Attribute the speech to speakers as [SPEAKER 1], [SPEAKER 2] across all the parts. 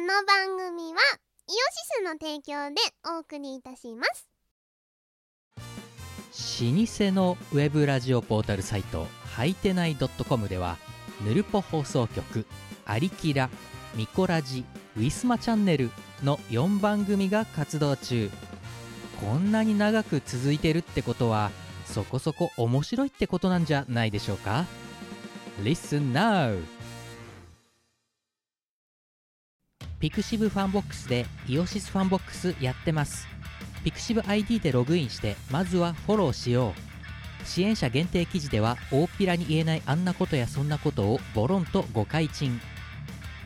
[SPEAKER 1] の番組はイオシスの提供でお送りいたします
[SPEAKER 2] 老舗のウェブラジオポータルサイトはいてない .com ではぬるぽ放送局「アリキラ」「ミコラジ」「ウィスマチャンネル」の4番組が活動中こんなに長く続いてるってことはそこそこ面白いってことなんじゃないでしょうか Listen now! ピクシブファンボックスでイオシスファンボックスやってますピクシブ ID でログインしてまずはフォローしよう支援者限定記事では大っぴらに言えないあんなことやそんなことをボロンと誤解賃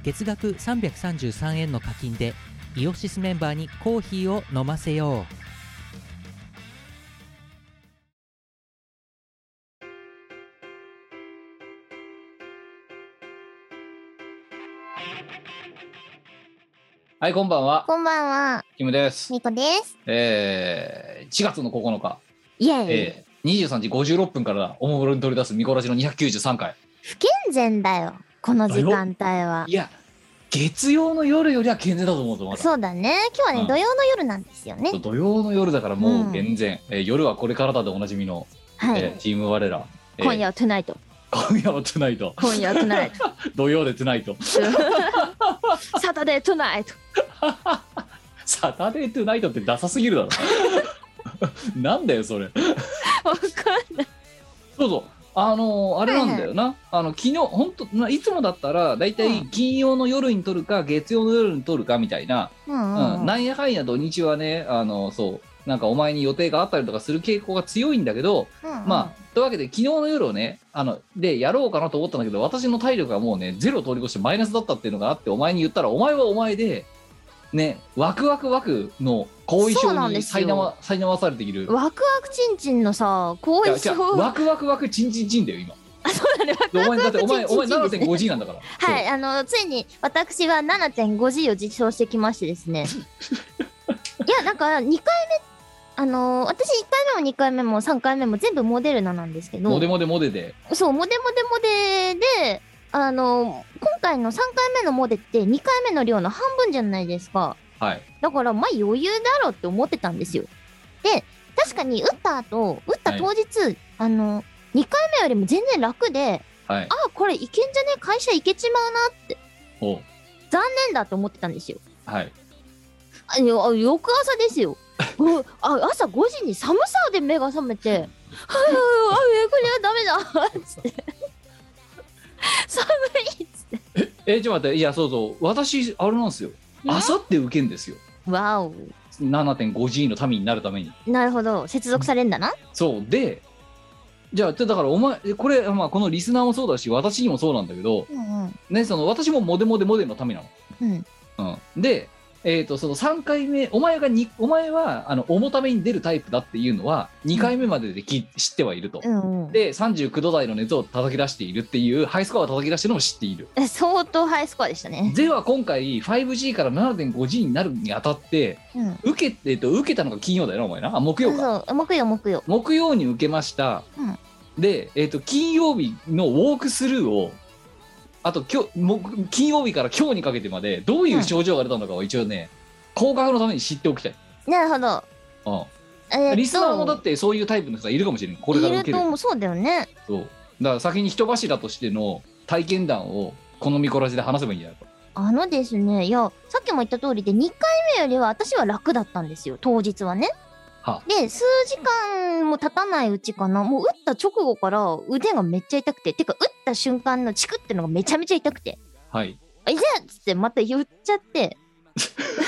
[SPEAKER 2] 月額333円の課金でイオシスメンバーにコーヒーを飲ませよう
[SPEAKER 3] はい、こんばんは。
[SPEAKER 1] こんばんは
[SPEAKER 3] キムです。
[SPEAKER 1] みこです
[SPEAKER 3] えー、1月の9日、
[SPEAKER 1] イエーイ、
[SPEAKER 3] えー、23時56分からおもむろに取り出すミコラジの293回。
[SPEAKER 1] 不健全だよこの時間帯はい
[SPEAKER 3] や、月曜の夜よりは健全だと思うぞ、まだ。
[SPEAKER 1] そうだね今日はね、
[SPEAKER 3] うん
[SPEAKER 1] 土曜の夜なんですよね
[SPEAKER 3] 土曜の夜だからも
[SPEAKER 1] う
[SPEAKER 3] うん健全、えー夜はこれからだでおなじみの、
[SPEAKER 4] はい、
[SPEAKER 3] えーチーム我ら、えー
[SPEAKER 4] 今夜はトゥナイト
[SPEAKER 3] 今夜はトゥナイト
[SPEAKER 4] 今夜はトゥナイト
[SPEAKER 3] 土曜でトゥナイト
[SPEAKER 4] サタデートゥナイト
[SPEAKER 3] サタデートゥナイトってダサすぎるだろ なんだよそれ
[SPEAKER 4] わかんない
[SPEAKER 3] そうそうあのーあれなんだよな、あの昨日本当ないつもだったら大体金曜の夜に撮るか月曜の夜に撮るかみたいな、
[SPEAKER 1] うんう、
[SPEAKER 3] うん
[SPEAKER 1] うん、
[SPEAKER 3] なんやかんや土日はねあのそうなんかお前に予定があったりとかする傾向が強いんだけど、
[SPEAKER 1] うんうん
[SPEAKER 3] まあというわけで昨日の夜をねあのでやろうかなと思ったんだけど私の体力がもうねゼロ通り越してマイナスだったっていうのがあってお前に言ったらお前はお前でねワクワクワクの後遺
[SPEAKER 4] そう
[SPEAKER 3] 症
[SPEAKER 4] なん
[SPEAKER 3] に
[SPEAKER 4] ですよ
[SPEAKER 3] 苛ま苛まされている
[SPEAKER 4] ワクワクチンチンのさ後
[SPEAKER 3] い
[SPEAKER 4] 遺
[SPEAKER 3] や違
[SPEAKER 4] 症
[SPEAKER 3] うワクワクワクチンチンチンだよ今
[SPEAKER 4] あそうだねワク
[SPEAKER 3] お前だってお前お前
[SPEAKER 4] チンチンですね
[SPEAKER 3] 7.5G なんだから
[SPEAKER 4] はいあのついに私は 7.5G を実証してきましてです ねいやなんか2回目あの私1回目も2回目も3回目も全部モデルナなんですけ
[SPEAKER 3] そうモデ
[SPEAKER 4] ど
[SPEAKER 3] モデモデで
[SPEAKER 4] そうモデモデモデであの今回の3回目のモデって2回目の量の半分じゃないですか
[SPEAKER 3] はい
[SPEAKER 4] だから、まあ余裕だろうって思ってたんですよ。で、確かに打った後、打った当日、あの、2回目よりも全然楽で、
[SPEAKER 3] はい
[SPEAKER 4] ああ、これいけんじゃね会社行けちまうな、
[SPEAKER 3] お
[SPEAKER 4] 残念だと思ってたんですよ。
[SPEAKER 3] はい
[SPEAKER 4] あよあ翌朝で すよ。ごあ朝5時に寒さで目が覚めて、ああ、あこれはダメだ、 つって。寒いっつっ
[SPEAKER 3] えちょっと待っていやそうそう私あれなんですよ
[SPEAKER 4] ん
[SPEAKER 3] あさって受けんですよ
[SPEAKER 4] て。わお。
[SPEAKER 3] 7.5G の民になるために
[SPEAKER 4] なるほど。接続されんだな。
[SPEAKER 3] そうでじゃあだからお前これ、まあ、このリスナーもそうだし私にもそうなんだけど、
[SPEAKER 4] うんうん。
[SPEAKER 3] ね、その私もモデモデモデの民な
[SPEAKER 4] うん。
[SPEAKER 3] の、うん、で、えー、とその3回目お前がにお前はあの重ために出るタイプだっていうのは2回目まででき、知ってはいると、
[SPEAKER 4] うんうん
[SPEAKER 3] で39度台の熱を叩き出しているっていうハイスコアを叩き出してるのも知っている
[SPEAKER 4] え。相当ハイスコアでしたね。
[SPEAKER 3] では今回 5G から 7.5G になるにあたって
[SPEAKER 4] うん。
[SPEAKER 3] 受け,、えっと受けたのが金曜だよなお前なあ木曜か
[SPEAKER 4] そう木曜木曜
[SPEAKER 3] 木曜に受けました、
[SPEAKER 4] うん
[SPEAKER 3] で、えっと金曜日のウォークスルーをあと今日木金曜日から今日にかけてまでどういう症状が出たのかを一応ね合格のために知っておきたい、
[SPEAKER 4] なるほど
[SPEAKER 3] う
[SPEAKER 4] えーっ
[SPEAKER 3] ん、
[SPEAKER 4] と
[SPEAKER 3] リスナーもだってそういうタイプの人がいるかもしれないこれから受
[SPEAKER 4] い
[SPEAKER 3] け
[SPEAKER 4] る
[SPEAKER 3] る
[SPEAKER 4] と思うそうだよね
[SPEAKER 3] そうだから先に人柱としての体験談をこの見こらしで話せばいいんじゃないか
[SPEAKER 4] あのですねいやさっきも言った通りで2回目よりは私は楽だったんですよ当日はね
[SPEAKER 3] は
[SPEAKER 4] で数時間も経たないうちかなもう打った直後から腕がめっちゃ痛くててか打った瞬間のチクってのがめちゃめちゃ痛くて
[SPEAKER 3] はい
[SPEAKER 4] 「あ痛いっつってまた言っちゃって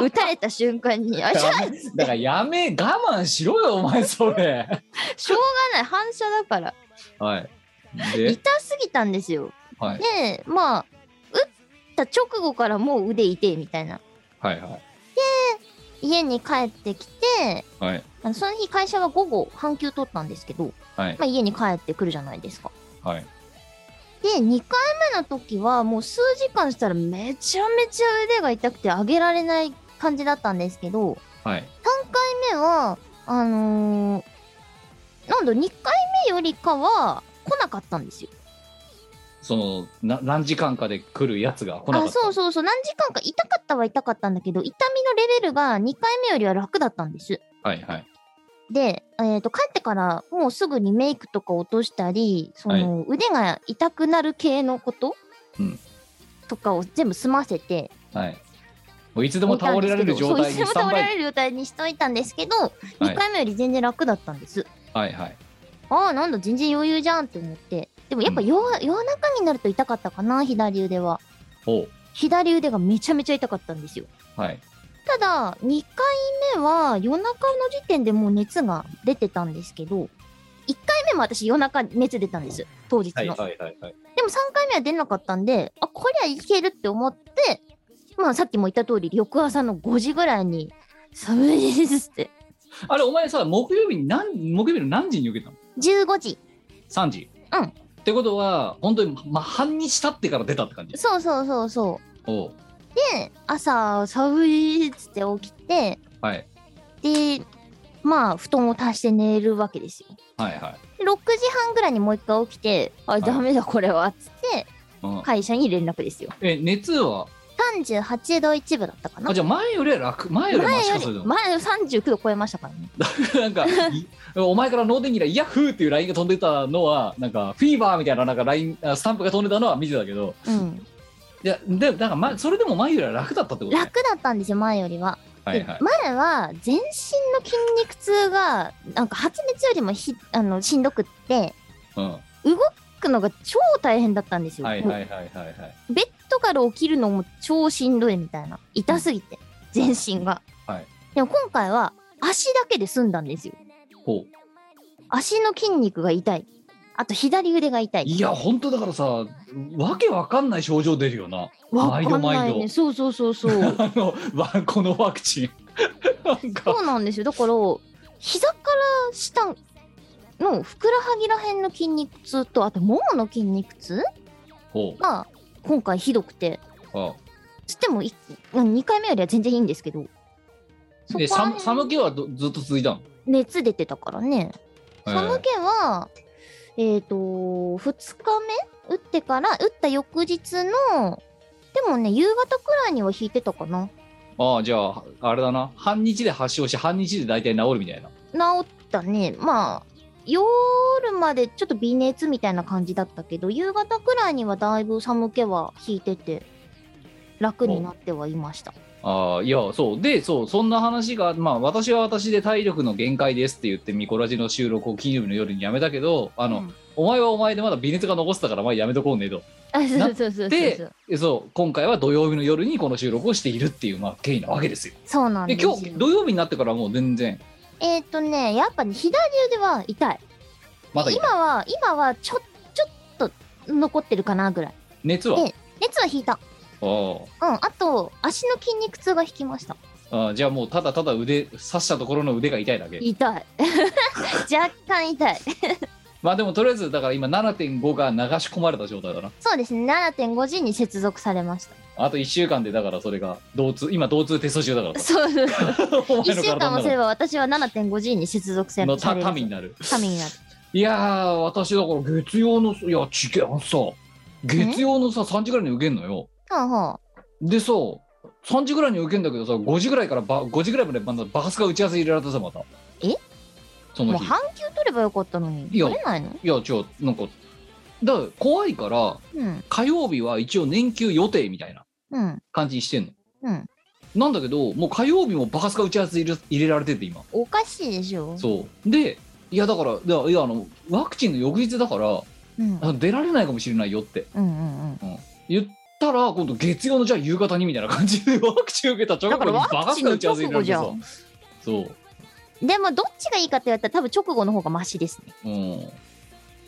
[SPEAKER 4] 打たれた瞬間に「あ痛いっつ
[SPEAKER 3] だ
[SPEAKER 4] って
[SPEAKER 3] からやめ我慢しろよお前それ
[SPEAKER 4] しょうがない反射だから
[SPEAKER 3] はいで、
[SPEAKER 4] 痛すぎたんですよ
[SPEAKER 3] はい、
[SPEAKER 4] でまあ打った直後からもう腕痛えみたいな
[SPEAKER 3] はいはい
[SPEAKER 4] 家に帰ってきて
[SPEAKER 3] はい
[SPEAKER 4] あのその日会社は午後半休取ったんですけど、
[SPEAKER 3] はい
[SPEAKER 4] まあ、家に帰ってくるじゃないですか
[SPEAKER 3] はい
[SPEAKER 4] で2回目の時はもう数時間したらめちゃめちゃ腕が痛くて上げられない感じだったんですけど
[SPEAKER 3] はい
[SPEAKER 4] 3回目はあのーなんだ2回目よりかは来なかったんですよ
[SPEAKER 3] そのな何時間かで来るやつが来なか
[SPEAKER 4] あ
[SPEAKER 3] った
[SPEAKER 4] そうそうそう何時間か痛かったは痛かったんだけど痛みのレベルが2回目よりは楽だったんです
[SPEAKER 3] はいはい
[SPEAKER 4] で、えー、と帰ってからもうすぐにメイクとか落としたりその、腕が痛くなる系のこと、
[SPEAKER 3] うん
[SPEAKER 4] とかを全部済ませて
[SPEAKER 3] はいもういつでも倒れられる状態に
[SPEAKER 4] そういつ
[SPEAKER 3] ス
[SPEAKER 4] でも
[SPEAKER 3] タン
[SPEAKER 4] 倒
[SPEAKER 3] バ
[SPEAKER 4] れら
[SPEAKER 3] イ
[SPEAKER 4] れる状態にしといたんですけど、
[SPEAKER 3] はい
[SPEAKER 4] 2回目より全然楽だったんです
[SPEAKER 3] はいはい
[SPEAKER 4] ああなんだ全然余裕じゃんって思ってでもやっぱ夜,、夜中になると痛かったかな左腕は
[SPEAKER 3] おう
[SPEAKER 4] 左腕がめちゃめちゃ痛かったんですよ
[SPEAKER 3] はい
[SPEAKER 4] ただ2回目は夜中の時点でもう熱が出てたんですけど1回目も私夜中熱出たんです当日の、
[SPEAKER 3] はいはいはい
[SPEAKER 4] でも3回目は出なかったんであこりゃいけるって思ってまあさっきも言った通り翌朝の5時ぐらいに寒いですって
[SPEAKER 3] あれお前さ木曜日に何木曜日の何時に受けたの
[SPEAKER 4] 15時
[SPEAKER 3] ?3 時
[SPEAKER 4] うん
[SPEAKER 3] ってことは本当にまあ半日経ってから出たって感じ
[SPEAKER 4] そうそうそうそ
[SPEAKER 3] おう
[SPEAKER 4] うで朝寒いっつって起きて
[SPEAKER 3] はい
[SPEAKER 4] でまあ布団を足して寝るわけですよ
[SPEAKER 3] はいはい
[SPEAKER 4] で6時半ぐらいにもう一回起きてあ
[SPEAKER 3] い
[SPEAKER 4] ダメだこれはっつって
[SPEAKER 3] うん
[SPEAKER 4] 会社に連絡ですよ
[SPEAKER 3] え熱は
[SPEAKER 4] 38度1分だったかな
[SPEAKER 3] あじゃあ前よりは楽前よりはマ
[SPEAKER 4] 前
[SPEAKER 3] シ
[SPEAKER 4] よ
[SPEAKER 3] かそれ
[SPEAKER 4] り
[SPEAKER 3] でも
[SPEAKER 4] 前より39度超えましたからね
[SPEAKER 3] なんかいお前から脳電気だイヤッフーっていうラインが飛んでたのはなんかフィーバーみたいななんかラインあスタンプが飛んでたのは見てたけど
[SPEAKER 4] うん
[SPEAKER 3] いやでだから、ま、それでも前よりは楽だったってことね
[SPEAKER 4] 楽だったんですよ前よりは
[SPEAKER 3] はいはい
[SPEAKER 4] 前は全身の筋肉痛がなんか発熱よりもひあのしんどくって
[SPEAKER 3] うん
[SPEAKER 4] 動くのが超大変だったんですよ、
[SPEAKER 3] はい
[SPEAKER 4] も
[SPEAKER 3] はいはいはいはい。
[SPEAKER 4] うベッドから起きるのも超しんどいみたいな痛すぎて全身が、
[SPEAKER 3] はい
[SPEAKER 4] でも今回は足だけで済んだんですよ
[SPEAKER 3] ほう
[SPEAKER 4] 足の筋肉が痛いあと左腕が痛い
[SPEAKER 3] いや本当だからさわけわかんない症状出るよな
[SPEAKER 4] わか
[SPEAKER 3] 毎
[SPEAKER 4] んな
[SPEAKER 3] 度
[SPEAKER 4] い
[SPEAKER 3] 毎
[SPEAKER 4] ね
[SPEAKER 3] 度
[SPEAKER 4] そうそうそうそう
[SPEAKER 3] あのわ このワクチン なんか
[SPEAKER 4] そうなんですよだから膝から下のふくらはぎらへんの筋肉痛とあとももの筋肉痛
[SPEAKER 3] ほう
[SPEAKER 4] が今回ひどくて
[SPEAKER 3] あ
[SPEAKER 4] つってもい2回目よりは全然いいんですけどそこ
[SPEAKER 3] で
[SPEAKER 4] ら
[SPEAKER 3] 寒
[SPEAKER 4] 辺
[SPEAKER 3] 寒気はどずっと続いたの
[SPEAKER 4] 熱出てたからね
[SPEAKER 3] えー
[SPEAKER 4] 寒気はえっ、と2日目打ってから打った翌日のでもね夕方くらいには引いてたかな
[SPEAKER 3] ああじゃああれだな半日で発症し半日で大体治るみたいな
[SPEAKER 4] 治ったねまあ夜までちょっと微熱みたいな感じだったけど夕方くらいにはだいぶ寒気は引いてて楽になってはいました
[SPEAKER 3] ああいやそうでそうそんな話がまあ私は私で体力の限界ですって言ってミコラジの収録を金曜日の夜にやめたけどあの、
[SPEAKER 4] うん
[SPEAKER 3] お前はお前でまだ微熱が残ってたからまあやめとこうねと
[SPEAKER 4] あそう
[SPEAKER 3] な
[SPEAKER 4] そうそうそうそ
[SPEAKER 3] で
[SPEAKER 4] う
[SPEAKER 3] そう今回は土曜日の夜にこの収録をしているっていう、まあ、経緯なわけですよ
[SPEAKER 4] そうなん
[SPEAKER 3] で
[SPEAKER 4] です
[SPEAKER 3] 今
[SPEAKER 4] よ
[SPEAKER 3] 日土曜日になってからもう全然
[SPEAKER 4] えっ、とねやっぱね左腕は痛い
[SPEAKER 3] まだいい
[SPEAKER 4] 今は今はちょちょっと残ってるかなぐらい
[SPEAKER 3] 熱は
[SPEAKER 4] え熱は引いた
[SPEAKER 3] あ
[SPEAKER 4] うんあと足の筋肉痛が引きました
[SPEAKER 3] あああじゃあもうただただ腕刺したところの腕が痛いだけ
[SPEAKER 4] 痛い 若干痛い
[SPEAKER 3] まあでもとりあえずだから今7.5が流し込まれた状態だな
[SPEAKER 4] そうですね7.5時に接続されました
[SPEAKER 3] あと1週間でだからそれが同通今同通テスト中だからさ
[SPEAKER 4] そうそ
[SPEAKER 3] お
[SPEAKER 4] う
[SPEAKER 3] 前
[SPEAKER 4] 1
[SPEAKER 3] の
[SPEAKER 4] 週間
[SPEAKER 3] 体
[SPEAKER 4] も
[SPEAKER 3] の
[SPEAKER 4] すれ
[SPEAKER 3] 中
[SPEAKER 4] ば私は7.5時に接続され
[SPEAKER 3] の
[SPEAKER 4] ました
[SPEAKER 3] 民になる
[SPEAKER 4] 民になる
[SPEAKER 3] いやー私だから月曜のいや違うさ月曜のさ3時ぐらいに受けんのよ
[SPEAKER 4] はあは
[SPEAKER 3] でさ3時ぐらいに受けんだけどさ5時ぐらいからば5時ぐらいまでまだバカスカ打ち合わせ入れられたさまた
[SPEAKER 4] え
[SPEAKER 3] そ
[SPEAKER 4] あ
[SPEAKER 3] の
[SPEAKER 4] もう
[SPEAKER 3] 日
[SPEAKER 4] 半休取ればよかったのに
[SPEAKER 3] いや
[SPEAKER 4] 取れないの
[SPEAKER 3] いや違うなんかだから怖いから
[SPEAKER 4] うん
[SPEAKER 3] 火曜日は一応年休予定みたいな
[SPEAKER 4] うん
[SPEAKER 3] 感じにしてんの
[SPEAKER 4] うん
[SPEAKER 3] なんだけどもう火曜日もバカスカ打ち合わせ入れ入れられてて今
[SPEAKER 4] おかしいでしょ
[SPEAKER 3] そうでいやだからいやいやあのワクチンの翌日だから
[SPEAKER 4] うん、う
[SPEAKER 3] あ
[SPEAKER 4] ん
[SPEAKER 3] の出られないかもしれないよって
[SPEAKER 4] うんうん
[SPEAKER 3] 言ったら今度月曜のじゃあ夕方にみたいな感じで ワクチン受けた直後
[SPEAKER 4] だか
[SPEAKER 3] に
[SPEAKER 4] ら
[SPEAKER 3] バ
[SPEAKER 4] ワ
[SPEAKER 3] カ
[SPEAKER 4] クチ
[SPEAKER 3] ス
[SPEAKER 4] ン
[SPEAKER 3] カ
[SPEAKER 4] の
[SPEAKER 3] 打ち合わせ
[SPEAKER 4] 直
[SPEAKER 3] 入れら
[SPEAKER 4] 後
[SPEAKER 3] れて
[SPEAKER 4] じゃ
[SPEAKER 3] さ
[SPEAKER 4] ん
[SPEAKER 3] そう
[SPEAKER 4] でもどっちがいいかって言われたら多分直後の方がマシですね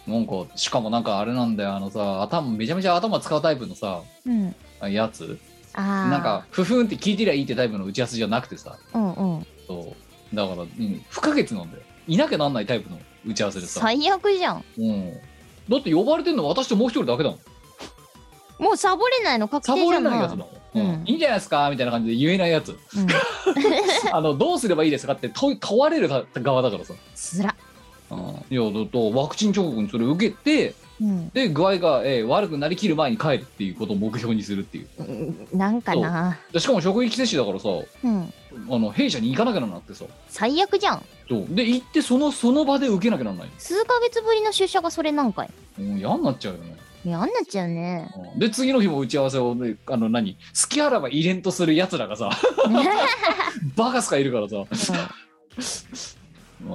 [SPEAKER 3] うん。なんか、しかもなんかあれなんだよ、あのさ、頭、めちゃめちゃ頭使うタイプのさ、
[SPEAKER 4] うん
[SPEAKER 3] やつ。
[SPEAKER 4] ああ
[SPEAKER 3] なんか、ふふんって聞いてりゃいいってタイプの打ち合わせじゃなくてさ、
[SPEAKER 4] うんうん
[SPEAKER 3] そう。だから、うん、不可欠なんだよ。いなきゃなんないタイプの打ち合わせでさ。
[SPEAKER 4] 最悪じゃん
[SPEAKER 3] うん。だって呼ばれてんの私ともう一人だけだもん。
[SPEAKER 4] もうサボれないの確
[SPEAKER 3] サ
[SPEAKER 4] 定じ
[SPEAKER 3] ボ
[SPEAKER 4] ゃ
[SPEAKER 3] れ
[SPEAKER 4] ん
[SPEAKER 3] ないやつだもん。うん
[SPEAKER 4] うん
[SPEAKER 3] いいんじゃないですかみたいな感じで言えないやつ。
[SPEAKER 4] うん
[SPEAKER 3] あの、どうすればいいですかって問問われる側だからさ。
[SPEAKER 4] つら
[SPEAKER 3] うん。いや、だと、ワクチン直後にそれ受けて、
[SPEAKER 4] うん
[SPEAKER 3] で具合が、えー悪くなりきる前に帰るっていうことを目標にするっていう
[SPEAKER 4] うん、なんかな
[SPEAKER 3] でしかも職域接種だからさ
[SPEAKER 4] うん
[SPEAKER 3] あの弊社に行かなきゃならなってさ
[SPEAKER 4] 最悪じゃん
[SPEAKER 3] そうで行ってそのその場で受けなきゃならない
[SPEAKER 4] 数ヶ月ぶりの出社がそれなんかい
[SPEAKER 3] もう嫌になっちゃうよね
[SPEAKER 4] 嫌になっちゃう ね
[SPEAKER 3] うんで次の日も打ち合わせを、ね、あの何好きあらば入れんとするやつらがさ バカすかいるからさ、ま
[SPEAKER 4] うん
[SPEAKER 3] あ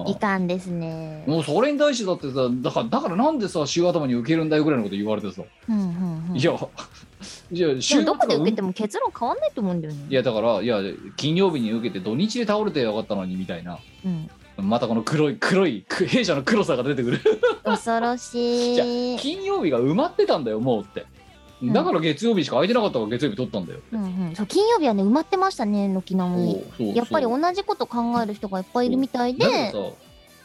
[SPEAKER 4] いかんですね
[SPEAKER 3] もうそれに対してだってさだからだからなんでさ週頭に受けるんだよぐらいのこと言われてさ、
[SPEAKER 4] うんうんうん
[SPEAKER 3] いや いや
[SPEAKER 4] で
[SPEAKER 3] 週
[SPEAKER 4] もどこで受けて
[SPEAKER 3] も
[SPEAKER 4] も結論変わんないと思うんだよね
[SPEAKER 3] いやだからいや金曜日に受けて土日で倒れてよかったのにみたいな
[SPEAKER 4] うん、
[SPEAKER 3] またこの黒い黒いく弊社の黒さが出てくる
[SPEAKER 4] 恐ろしい
[SPEAKER 3] 金曜日が埋まってたんだよもうってだから月曜日しか空いてなかったから月曜日取ったんだよ、
[SPEAKER 4] うんうん、そう金曜日はね埋まってましたね軒並み
[SPEAKER 3] そうそう
[SPEAKER 4] やっぱり同じこと考える人がいっぱいいるみたい
[SPEAKER 3] だけ
[SPEAKER 4] で
[SPEAKER 3] ど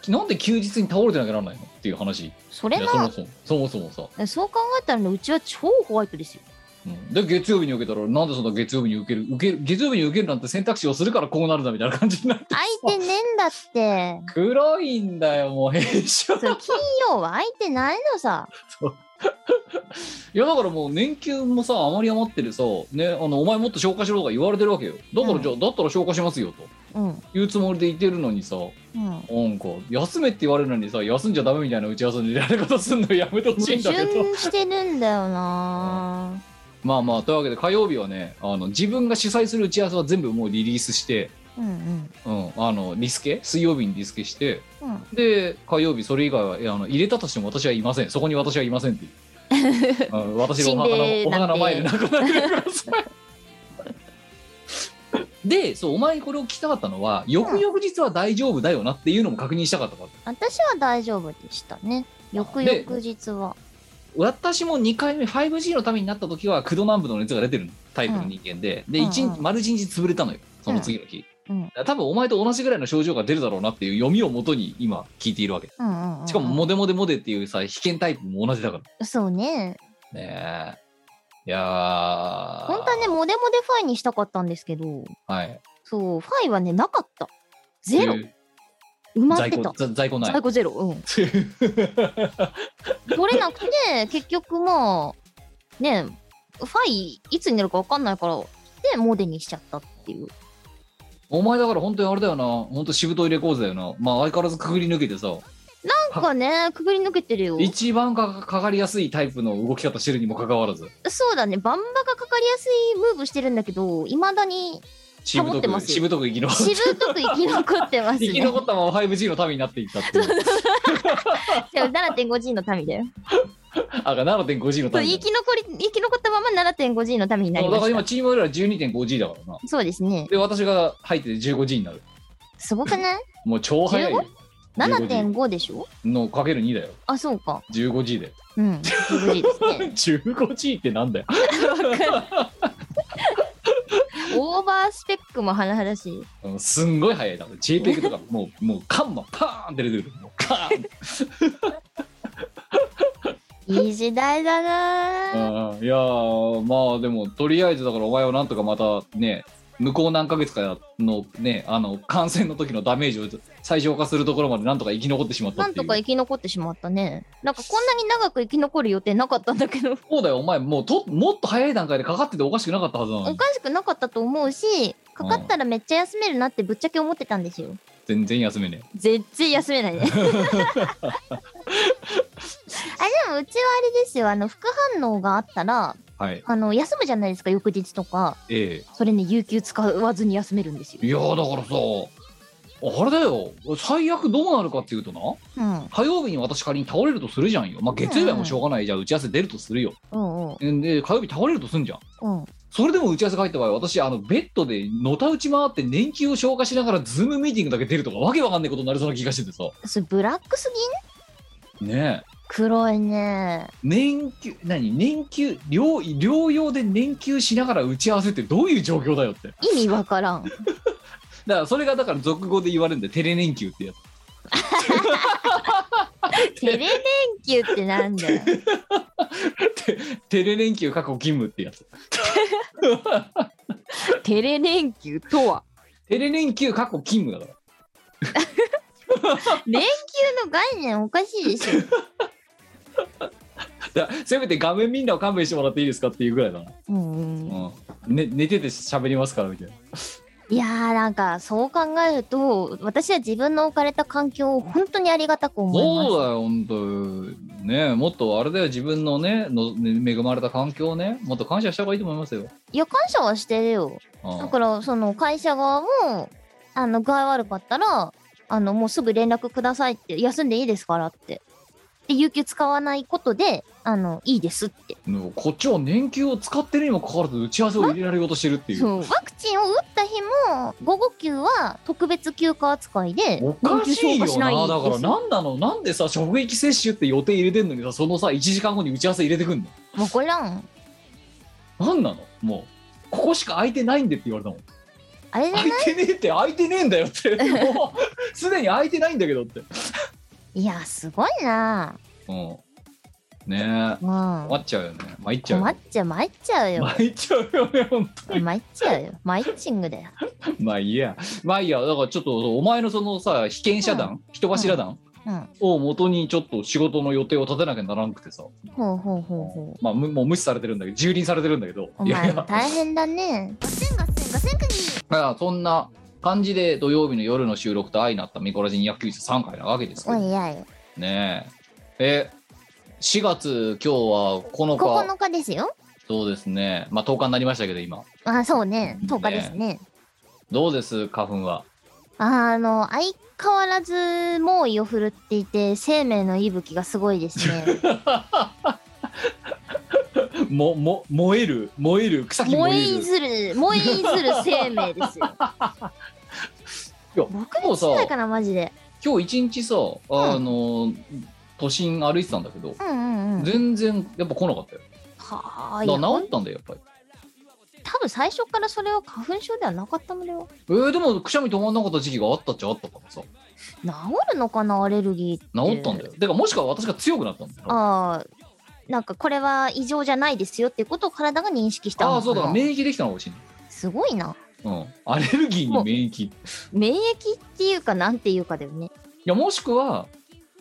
[SPEAKER 3] さなんで休日に倒れてなきゃならないのっていう話い
[SPEAKER 4] それ
[SPEAKER 3] やそも
[SPEAKER 4] が
[SPEAKER 3] そもそもそもさ、
[SPEAKER 4] そう考えたらねうちは超ホワイトです よ
[SPEAKER 3] うんで月曜日に受けたらなんでそんな月曜日に受ける受ける月曜日に受けるなんて選択肢をするからこうなるんだみたいな感じになって
[SPEAKER 4] 空いてねえんだって
[SPEAKER 3] 黒いんだよもう弊社
[SPEAKER 4] そう金曜は空いてないのさ
[SPEAKER 3] いやだからもう年休もさあまり余ってるさ、ね、あのお前もっと消化しろとか言われてるわけよだからじゃあ、だったら消化しますよと
[SPEAKER 4] うんうん
[SPEAKER 3] いうつもりでいてるのにさなんか休めって言われるのにさ休んじゃダメみたいな打ち合わせでやり方すんのやめてほ
[SPEAKER 4] 矛
[SPEAKER 3] しいんだけど
[SPEAKER 4] 盾してるんだよな
[SPEAKER 3] まあまあというわけで火曜日はねあの自分が主催する打ち合わせは全部もうリリースして、
[SPEAKER 4] うんうん
[SPEAKER 3] うん、あのリスケ水曜日にリスケして
[SPEAKER 4] うん
[SPEAKER 3] で火曜日それ以外はいやあの入れたとしても私はいませんそこに私はいませんっていう。 うん私のお花
[SPEAKER 4] 死ん
[SPEAKER 3] の
[SPEAKER 4] で
[SPEAKER 3] お花の前で
[SPEAKER 4] なん
[SPEAKER 3] 亡くなってください。でそうお前にこれを聞きたかったのは翌々日は大丈夫だよなっていうのも確認したかったから
[SPEAKER 4] 私は大丈夫でしたね翌々日は
[SPEAKER 3] 私も2回目 5G のためになった時はクド南部の熱が出てるタイプの人間で、で
[SPEAKER 4] うん
[SPEAKER 3] 一
[SPEAKER 4] うん
[SPEAKER 3] 日丸一日潰れたのよその次の日、
[SPEAKER 4] うん
[SPEAKER 3] だから多分お前と同じぐらいの症状が出るだろうなっていう読みをもとに今聞いているわけ
[SPEAKER 4] うんうんうんうん
[SPEAKER 3] しかもモデモデモデっていうさ被験タイプも同じだから
[SPEAKER 4] そうね
[SPEAKER 3] ねえいやー
[SPEAKER 4] 本当はねモデモデファイにしたかったんですけど
[SPEAKER 3] はい
[SPEAKER 4] そうファイはねなかったゼロ
[SPEAKER 3] という
[SPEAKER 4] 埋まっ
[SPEAKER 3] 在
[SPEAKER 4] て
[SPEAKER 3] 庫
[SPEAKER 4] た
[SPEAKER 3] ざ在庫ない
[SPEAKER 4] 在庫ゼロうん 取れなくて結局まあねファイいつになるか分かんないからでモデにしちゃったっていう
[SPEAKER 3] お前だから本当にあれだよな本当しぶといレコーズだよなまあ相変わらずくぐり抜けてさ
[SPEAKER 4] なんかねくぐり抜けてるよ
[SPEAKER 3] 一番かかかりやすいタイプの動き方してるにもかかわらず
[SPEAKER 4] そうだねバンバがかかりやすいムーブしてるんだけどいまだに
[SPEAKER 3] しぶ
[SPEAKER 4] 保
[SPEAKER 3] と
[SPEAKER 4] ってます
[SPEAKER 3] く
[SPEAKER 4] よ
[SPEAKER 3] しぶとく生き残っ
[SPEAKER 4] しぶとく生き残ってます
[SPEAKER 3] 生
[SPEAKER 4] ね
[SPEAKER 3] き残ったまま 5G の民になっていったっていう
[SPEAKER 4] 7.5G の民だよ
[SPEAKER 3] あが 7.5G の
[SPEAKER 4] そう
[SPEAKER 3] 民
[SPEAKER 4] 生き残り生き残ったまま 7.5G の民になり
[SPEAKER 3] だ
[SPEAKER 4] ま
[SPEAKER 3] から
[SPEAKER 4] し
[SPEAKER 3] 今
[SPEAKER 4] た
[SPEAKER 3] チーム俺ら 12.5G だからな
[SPEAKER 4] そうですね
[SPEAKER 3] で私が入って 15G になる
[SPEAKER 4] すごくない
[SPEAKER 3] もう超早いよ 15G
[SPEAKER 4] 7.5でしょ
[SPEAKER 3] のかける2だよ
[SPEAKER 4] あそうか
[SPEAKER 3] 15G で
[SPEAKER 4] うん 15G です ね
[SPEAKER 3] 15G ってなんだよ
[SPEAKER 4] オーバースペックも甚だしい
[SPEAKER 3] うんすんごい早いだから JPEG とかもうもうカンマパーンって出てくるもうカーン
[SPEAKER 4] いい時代だなぁ
[SPEAKER 3] うんいやーまあでもとりあえずだからお前はなんとかまたね向こう何ヶ月かのねあの感染の時のダメージを最小化するところまでなんとか生き残ってしまった
[SPEAKER 4] な
[SPEAKER 3] っ
[SPEAKER 4] ん
[SPEAKER 3] てい
[SPEAKER 4] と
[SPEAKER 3] う
[SPEAKER 4] か生き残ってしまったねなんかこんなに長く生き残る予定なかったんだけど
[SPEAKER 3] そうだよお前もうともっと早い段階でかかってておかしくなかったはずなの
[SPEAKER 4] お
[SPEAKER 3] に
[SPEAKER 4] かしくなかったと思うしかかったらめっちゃ休めるなってぶっちゃけ思ってたんですよ
[SPEAKER 3] 全然休めね
[SPEAKER 4] 全然休めない ねあでもうちはあれですよあの副反応があったら
[SPEAKER 3] えはい
[SPEAKER 4] あの休むじゃないですか翌日とか
[SPEAKER 3] え
[SPEAKER 4] それね有給使わずに休めるんですよ
[SPEAKER 3] えいやーだからさあれだよ最悪どうなるかっていうとな
[SPEAKER 4] うん
[SPEAKER 3] 火曜日に私仮に倒れるとするじゃんよまあ月曜日はもうしょうがないじゃあ打ち合わせ出るとするよ
[SPEAKER 4] うんうん
[SPEAKER 3] で火曜日倒れるとすんじゃん
[SPEAKER 4] うん
[SPEAKER 3] それでも打ち合わせが入った場合私あのベッドでのた打ち回って年休を消化しながらズームミーティングだけ出るとかわけわかんないことになりそうな気がしててさ
[SPEAKER 4] それブラックすぎん
[SPEAKER 3] ねえ
[SPEAKER 4] 黒いね
[SPEAKER 3] 年休何年休療療養で年休しながら打ち合わせってどういう状況だよってだか
[SPEAKER 4] 意味わから ん
[SPEAKER 3] らそれがだから俗語で言われるんでテレ年休ってやつ
[SPEAKER 4] テレ連休ってなんだよ。
[SPEAKER 3] テレ年休過去勤務ってやつ
[SPEAKER 4] テレ連休とは
[SPEAKER 3] テレ年休過去勤務だから
[SPEAKER 4] 連休の概念おかしいでしょ。
[SPEAKER 3] だからせめて画面みんなを勘弁してもらっていいですかっていうぐらいだな、
[SPEAKER 4] うん
[SPEAKER 3] うんね、寝てて喋りますからみたいない
[SPEAKER 4] やーなんかそう考えると私は自分の置かれた環境を本当にありがたく思います
[SPEAKER 3] そうだよ本当ねもっとあれだよ自分のねのね恵まれた環境をねもっと感謝した方がいいと思いますよ
[SPEAKER 4] いや感謝はしてるよ
[SPEAKER 3] うん
[SPEAKER 4] だからその会社側もあの具合悪かったらあのもうすぐ連絡くださいって休んでいいですからってで有給使わないことであのいいですって
[SPEAKER 3] でもこっちは年休を使ってるにもかかわらず打ち合わせを入れられようとしてるっていう
[SPEAKER 4] そうワクチンを打った日も午後休は特別休暇扱いで
[SPEAKER 3] おかしい
[SPEAKER 4] 連休消化
[SPEAKER 3] よなだから
[SPEAKER 4] です
[SPEAKER 3] 何なのなんでさ職域接種って予定入れてんのにさそのさ1時間後に打ち合わせ入れてくんの
[SPEAKER 4] もうこれらん
[SPEAKER 3] 何なのもうここしか空いてないんでって言われたもん
[SPEAKER 4] あれじゃない
[SPEAKER 3] 空いてねえって空いてねえんだよって もうすでに空いてないんだけどって
[SPEAKER 4] いやすごいな
[SPEAKER 3] うんねえ
[SPEAKER 4] うん困
[SPEAKER 3] 困っちゃうよね参っちゃうよ
[SPEAKER 4] っちゃう参っちゃうよ
[SPEAKER 3] 参っちゃう よね本当に
[SPEAKER 4] 参っちゃうよマイッチングだよ
[SPEAKER 3] まあいいやまあいいやだからちょっとお前のそのさ被験者団、人柱団
[SPEAKER 4] うん
[SPEAKER 3] を元にちょっと仕事の予定を立てなきゃならなくてさ
[SPEAKER 4] ほうほうほうほう
[SPEAKER 3] まあむもう無視されてるんだけど蹂躙されてるんだけど
[SPEAKER 4] お
[SPEAKER 3] いやい
[SPEAKER 4] 前も
[SPEAKER 3] や
[SPEAKER 4] 大変だね
[SPEAKER 1] ガセンガセンガセンクニー
[SPEAKER 3] まあそんな感じで土曜日の夜の収録と相なったミコラジ293回なわけですけ
[SPEAKER 4] お
[SPEAKER 3] ど
[SPEAKER 4] いやい
[SPEAKER 3] ねええ4月今日は9日
[SPEAKER 4] 9日ですよ
[SPEAKER 3] そうですねまあ10日になりましたけど今
[SPEAKER 4] あそうね
[SPEAKER 3] ね
[SPEAKER 4] 10日ですね
[SPEAKER 3] どうです花粉は
[SPEAKER 4] あの相変わらず猛威を振るっていて生命の息吹がすごいで すね
[SPEAKER 3] もも燃える燃える草木
[SPEAKER 4] 燃
[SPEAKER 3] 燃え
[SPEAKER 4] えい
[SPEAKER 3] る
[SPEAKER 4] ずる燃えいずる生命ですよ
[SPEAKER 3] いや
[SPEAKER 4] 僕
[SPEAKER 3] もう
[SPEAKER 4] の
[SPEAKER 3] さ
[SPEAKER 4] 世代かなマジで
[SPEAKER 3] 今日一日さあの、都心歩いてたんだけど
[SPEAKER 4] うんうんうん
[SPEAKER 3] 全然やっぱ来なかったよ
[SPEAKER 4] はあ
[SPEAKER 3] だ
[SPEAKER 4] い
[SPEAKER 3] か
[SPEAKER 4] や
[SPEAKER 3] ら治ったんだよやっぱり
[SPEAKER 4] 多分最初からそれは花粉症ではなかったものよ
[SPEAKER 3] えー、でもくしゃみ止まんなかった時期があったっちゃあったからさ
[SPEAKER 4] 治るのかなアレルギーって
[SPEAKER 3] 治ったんだよ、てかもしくは私が強くなったんだよ
[SPEAKER 4] ああなんかこれは異常じゃないですよっていうことを体が認識したの
[SPEAKER 3] あ
[SPEAKER 4] かな
[SPEAKER 3] あそうだ免疫できたのが欲しいね
[SPEAKER 4] すごいな
[SPEAKER 3] うんアレルギーに免疫い
[SPEAKER 4] 免疫っていうかなんていうかだよね
[SPEAKER 3] やもしくは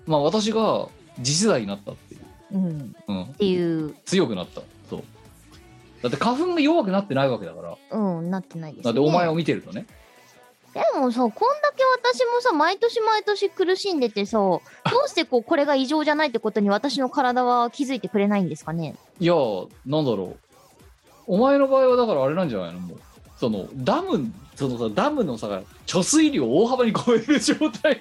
[SPEAKER 3] まあ私が次世代になったっていう、
[SPEAKER 4] うん
[SPEAKER 3] うん
[SPEAKER 4] っ、ていう
[SPEAKER 3] 強くなったそうだって花粉が弱くなってないわけだから
[SPEAKER 4] うんなってないです、ね、
[SPEAKER 3] だってお前を見てるとね
[SPEAKER 4] でもさこんだけ私もさ毎年毎年苦しんでて さどうしてこうこれが異常じゃないってことに私の体は気づいてくれないんですかね
[SPEAKER 3] いやなんだろうお前の場合はだからあれなんじゃないのもうそのダムそのさダムのさ貯水量を大幅に超える状 態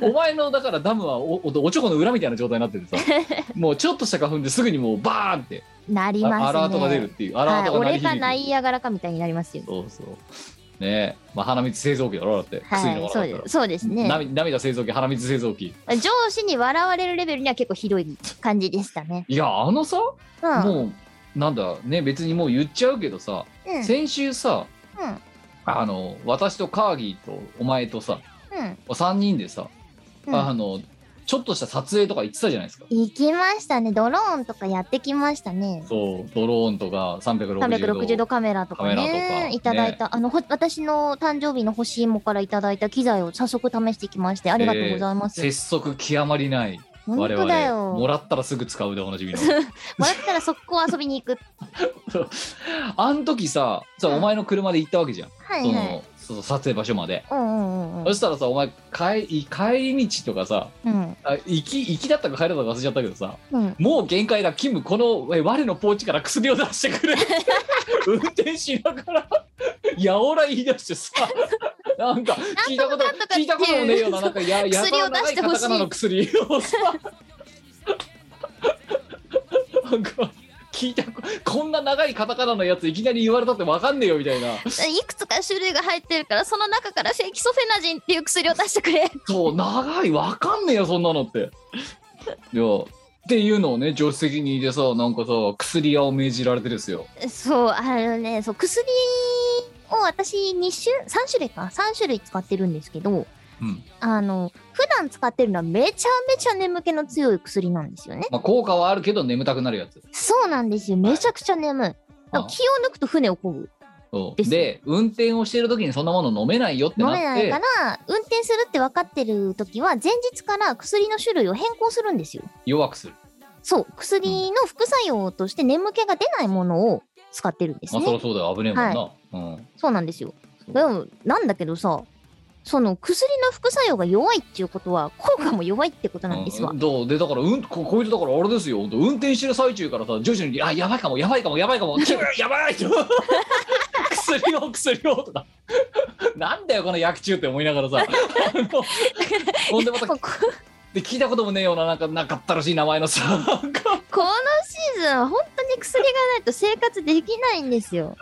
[SPEAKER 3] お前のだからダムはおおおちょこの裏みたいな状態になっててさ もうちょっとした花粉ですぐにもうバーンって
[SPEAKER 4] なり
[SPEAKER 3] あ
[SPEAKER 4] ますね
[SPEAKER 3] アラートが出るっていうアラー
[SPEAKER 4] はい、
[SPEAKER 3] トが鳴り
[SPEAKER 4] 俺
[SPEAKER 3] 響
[SPEAKER 4] か
[SPEAKER 3] いてる
[SPEAKER 4] ナイアガラかみたいになりますよ
[SPEAKER 3] そうそうねえ、まあ、鼻水製造機だろだって薬
[SPEAKER 4] は
[SPEAKER 3] の
[SPEAKER 4] い
[SPEAKER 3] も
[SPEAKER 4] そう
[SPEAKER 3] らった
[SPEAKER 4] ですそうですね
[SPEAKER 3] ら、ね、涙製造機鼻水製造機
[SPEAKER 4] 上司に笑われるレベルには結構ひどい感じでしたね。
[SPEAKER 3] いやあのさ、
[SPEAKER 4] うん。
[SPEAKER 3] もうなんだね別にもう言っちゃうけどさ、
[SPEAKER 4] うん
[SPEAKER 3] 先週さ、
[SPEAKER 4] うん
[SPEAKER 3] あの私とカーギーとお前とさ
[SPEAKER 4] うん。
[SPEAKER 3] 3人でさ、
[SPEAKER 4] うん
[SPEAKER 3] あのちょっとした撮影とか行ってたじゃないですか
[SPEAKER 4] 行きましたね。ドローンとかやってきましたね。
[SPEAKER 3] そうドローンとか360度
[SPEAKER 4] 360度カメラとかね
[SPEAKER 3] カメラとか
[SPEAKER 4] いただいた、あのほ私の誕生日の欲しいもからいただいた機材を早速試してきましてありがとうございます、
[SPEAKER 3] 拙速極まりない
[SPEAKER 4] 本
[SPEAKER 3] 我
[SPEAKER 4] 当だ
[SPEAKER 3] 々も
[SPEAKER 4] よ
[SPEAKER 3] らったらすぐ使うでおなじみ の
[SPEAKER 4] 笑ったら速攻遊びに行 く
[SPEAKER 3] あん時ささお前の車で行ったわけじゃん
[SPEAKER 4] はい
[SPEAKER 3] そ
[SPEAKER 4] はい
[SPEAKER 3] のその撮影場所まで、
[SPEAKER 4] うんうんうんう
[SPEAKER 3] そしたらさお前帰り帰り道とかさ
[SPEAKER 4] ん
[SPEAKER 3] あ行き行きだったか帰りだったか忘れちゃったけどさ
[SPEAKER 4] うん
[SPEAKER 3] もう限界だキムこのえ我のポーチから薬を出してく れ運転しながらやおら言い出してさなんか聞いたこと
[SPEAKER 4] なんとか
[SPEAKER 3] 聞いたこともねえようななんかやや
[SPEAKER 4] 薬
[SPEAKER 3] たら
[SPEAKER 4] を出
[SPEAKER 3] 長い
[SPEAKER 4] して
[SPEAKER 3] カ
[SPEAKER 4] ほしい
[SPEAKER 3] タカナの薬をさなんか聞いたここんな長いカタカナのやついきなり言われたってわかんねえよみたいない
[SPEAKER 4] くつか種類が入ってるからその中からセキソフェナジンっていう薬を出してくれ
[SPEAKER 3] そう長いわかんねえよそんなのっていやっていうのをね助手席にいてさなんかさ薬屋を命じられてですよ
[SPEAKER 4] そうあのねそう薬を私二種3種類か3種類使ってるんですけど
[SPEAKER 3] うん
[SPEAKER 4] あの普段使ってるのはめちゃめちゃ眠気の強い薬なんですよね
[SPEAKER 3] まあ、効果はあるけど眠たくなるやつ
[SPEAKER 4] そうなんですよ。めちゃくちゃ眠い。だから
[SPEAKER 3] あ
[SPEAKER 4] 気を抜くと船を漕ぐ。
[SPEAKER 3] そう
[SPEAKER 4] で
[SPEAKER 3] です運転をしてる時にそんなもの飲めないよって
[SPEAKER 4] 飲
[SPEAKER 3] なっ
[SPEAKER 4] め
[SPEAKER 3] て
[SPEAKER 4] ないから、運転するって分かってる時は、前日から薬の種類を変更するんですよ。
[SPEAKER 3] 弱くする
[SPEAKER 4] そう、薬の副作用として眠気が出ないものを使ってるんです
[SPEAKER 3] まあそり
[SPEAKER 4] ね
[SPEAKER 3] ゃ。そうだよ危ねえもんな、うん
[SPEAKER 4] そうなんですよ。
[SPEAKER 3] そう
[SPEAKER 4] でも、なんだけどさ、その薬の副作用が弱いっていうことは、効果も弱いってことなんですわ
[SPEAKER 3] う。んどうでだからうんここいつだからあれですよ本当運転してる最中からさ徐々に「あやばいかもやばいかもやばいか もキューやばい!」 薬を薬を」とか「なんだよこの薬中」って思いながらさあのほんでまた
[SPEAKER 4] こ こ
[SPEAKER 3] で聞いたこともねえようななんかなかったらしい名前のさ なんか
[SPEAKER 4] このシーズンは本当に薬がないと生活できないんですよ。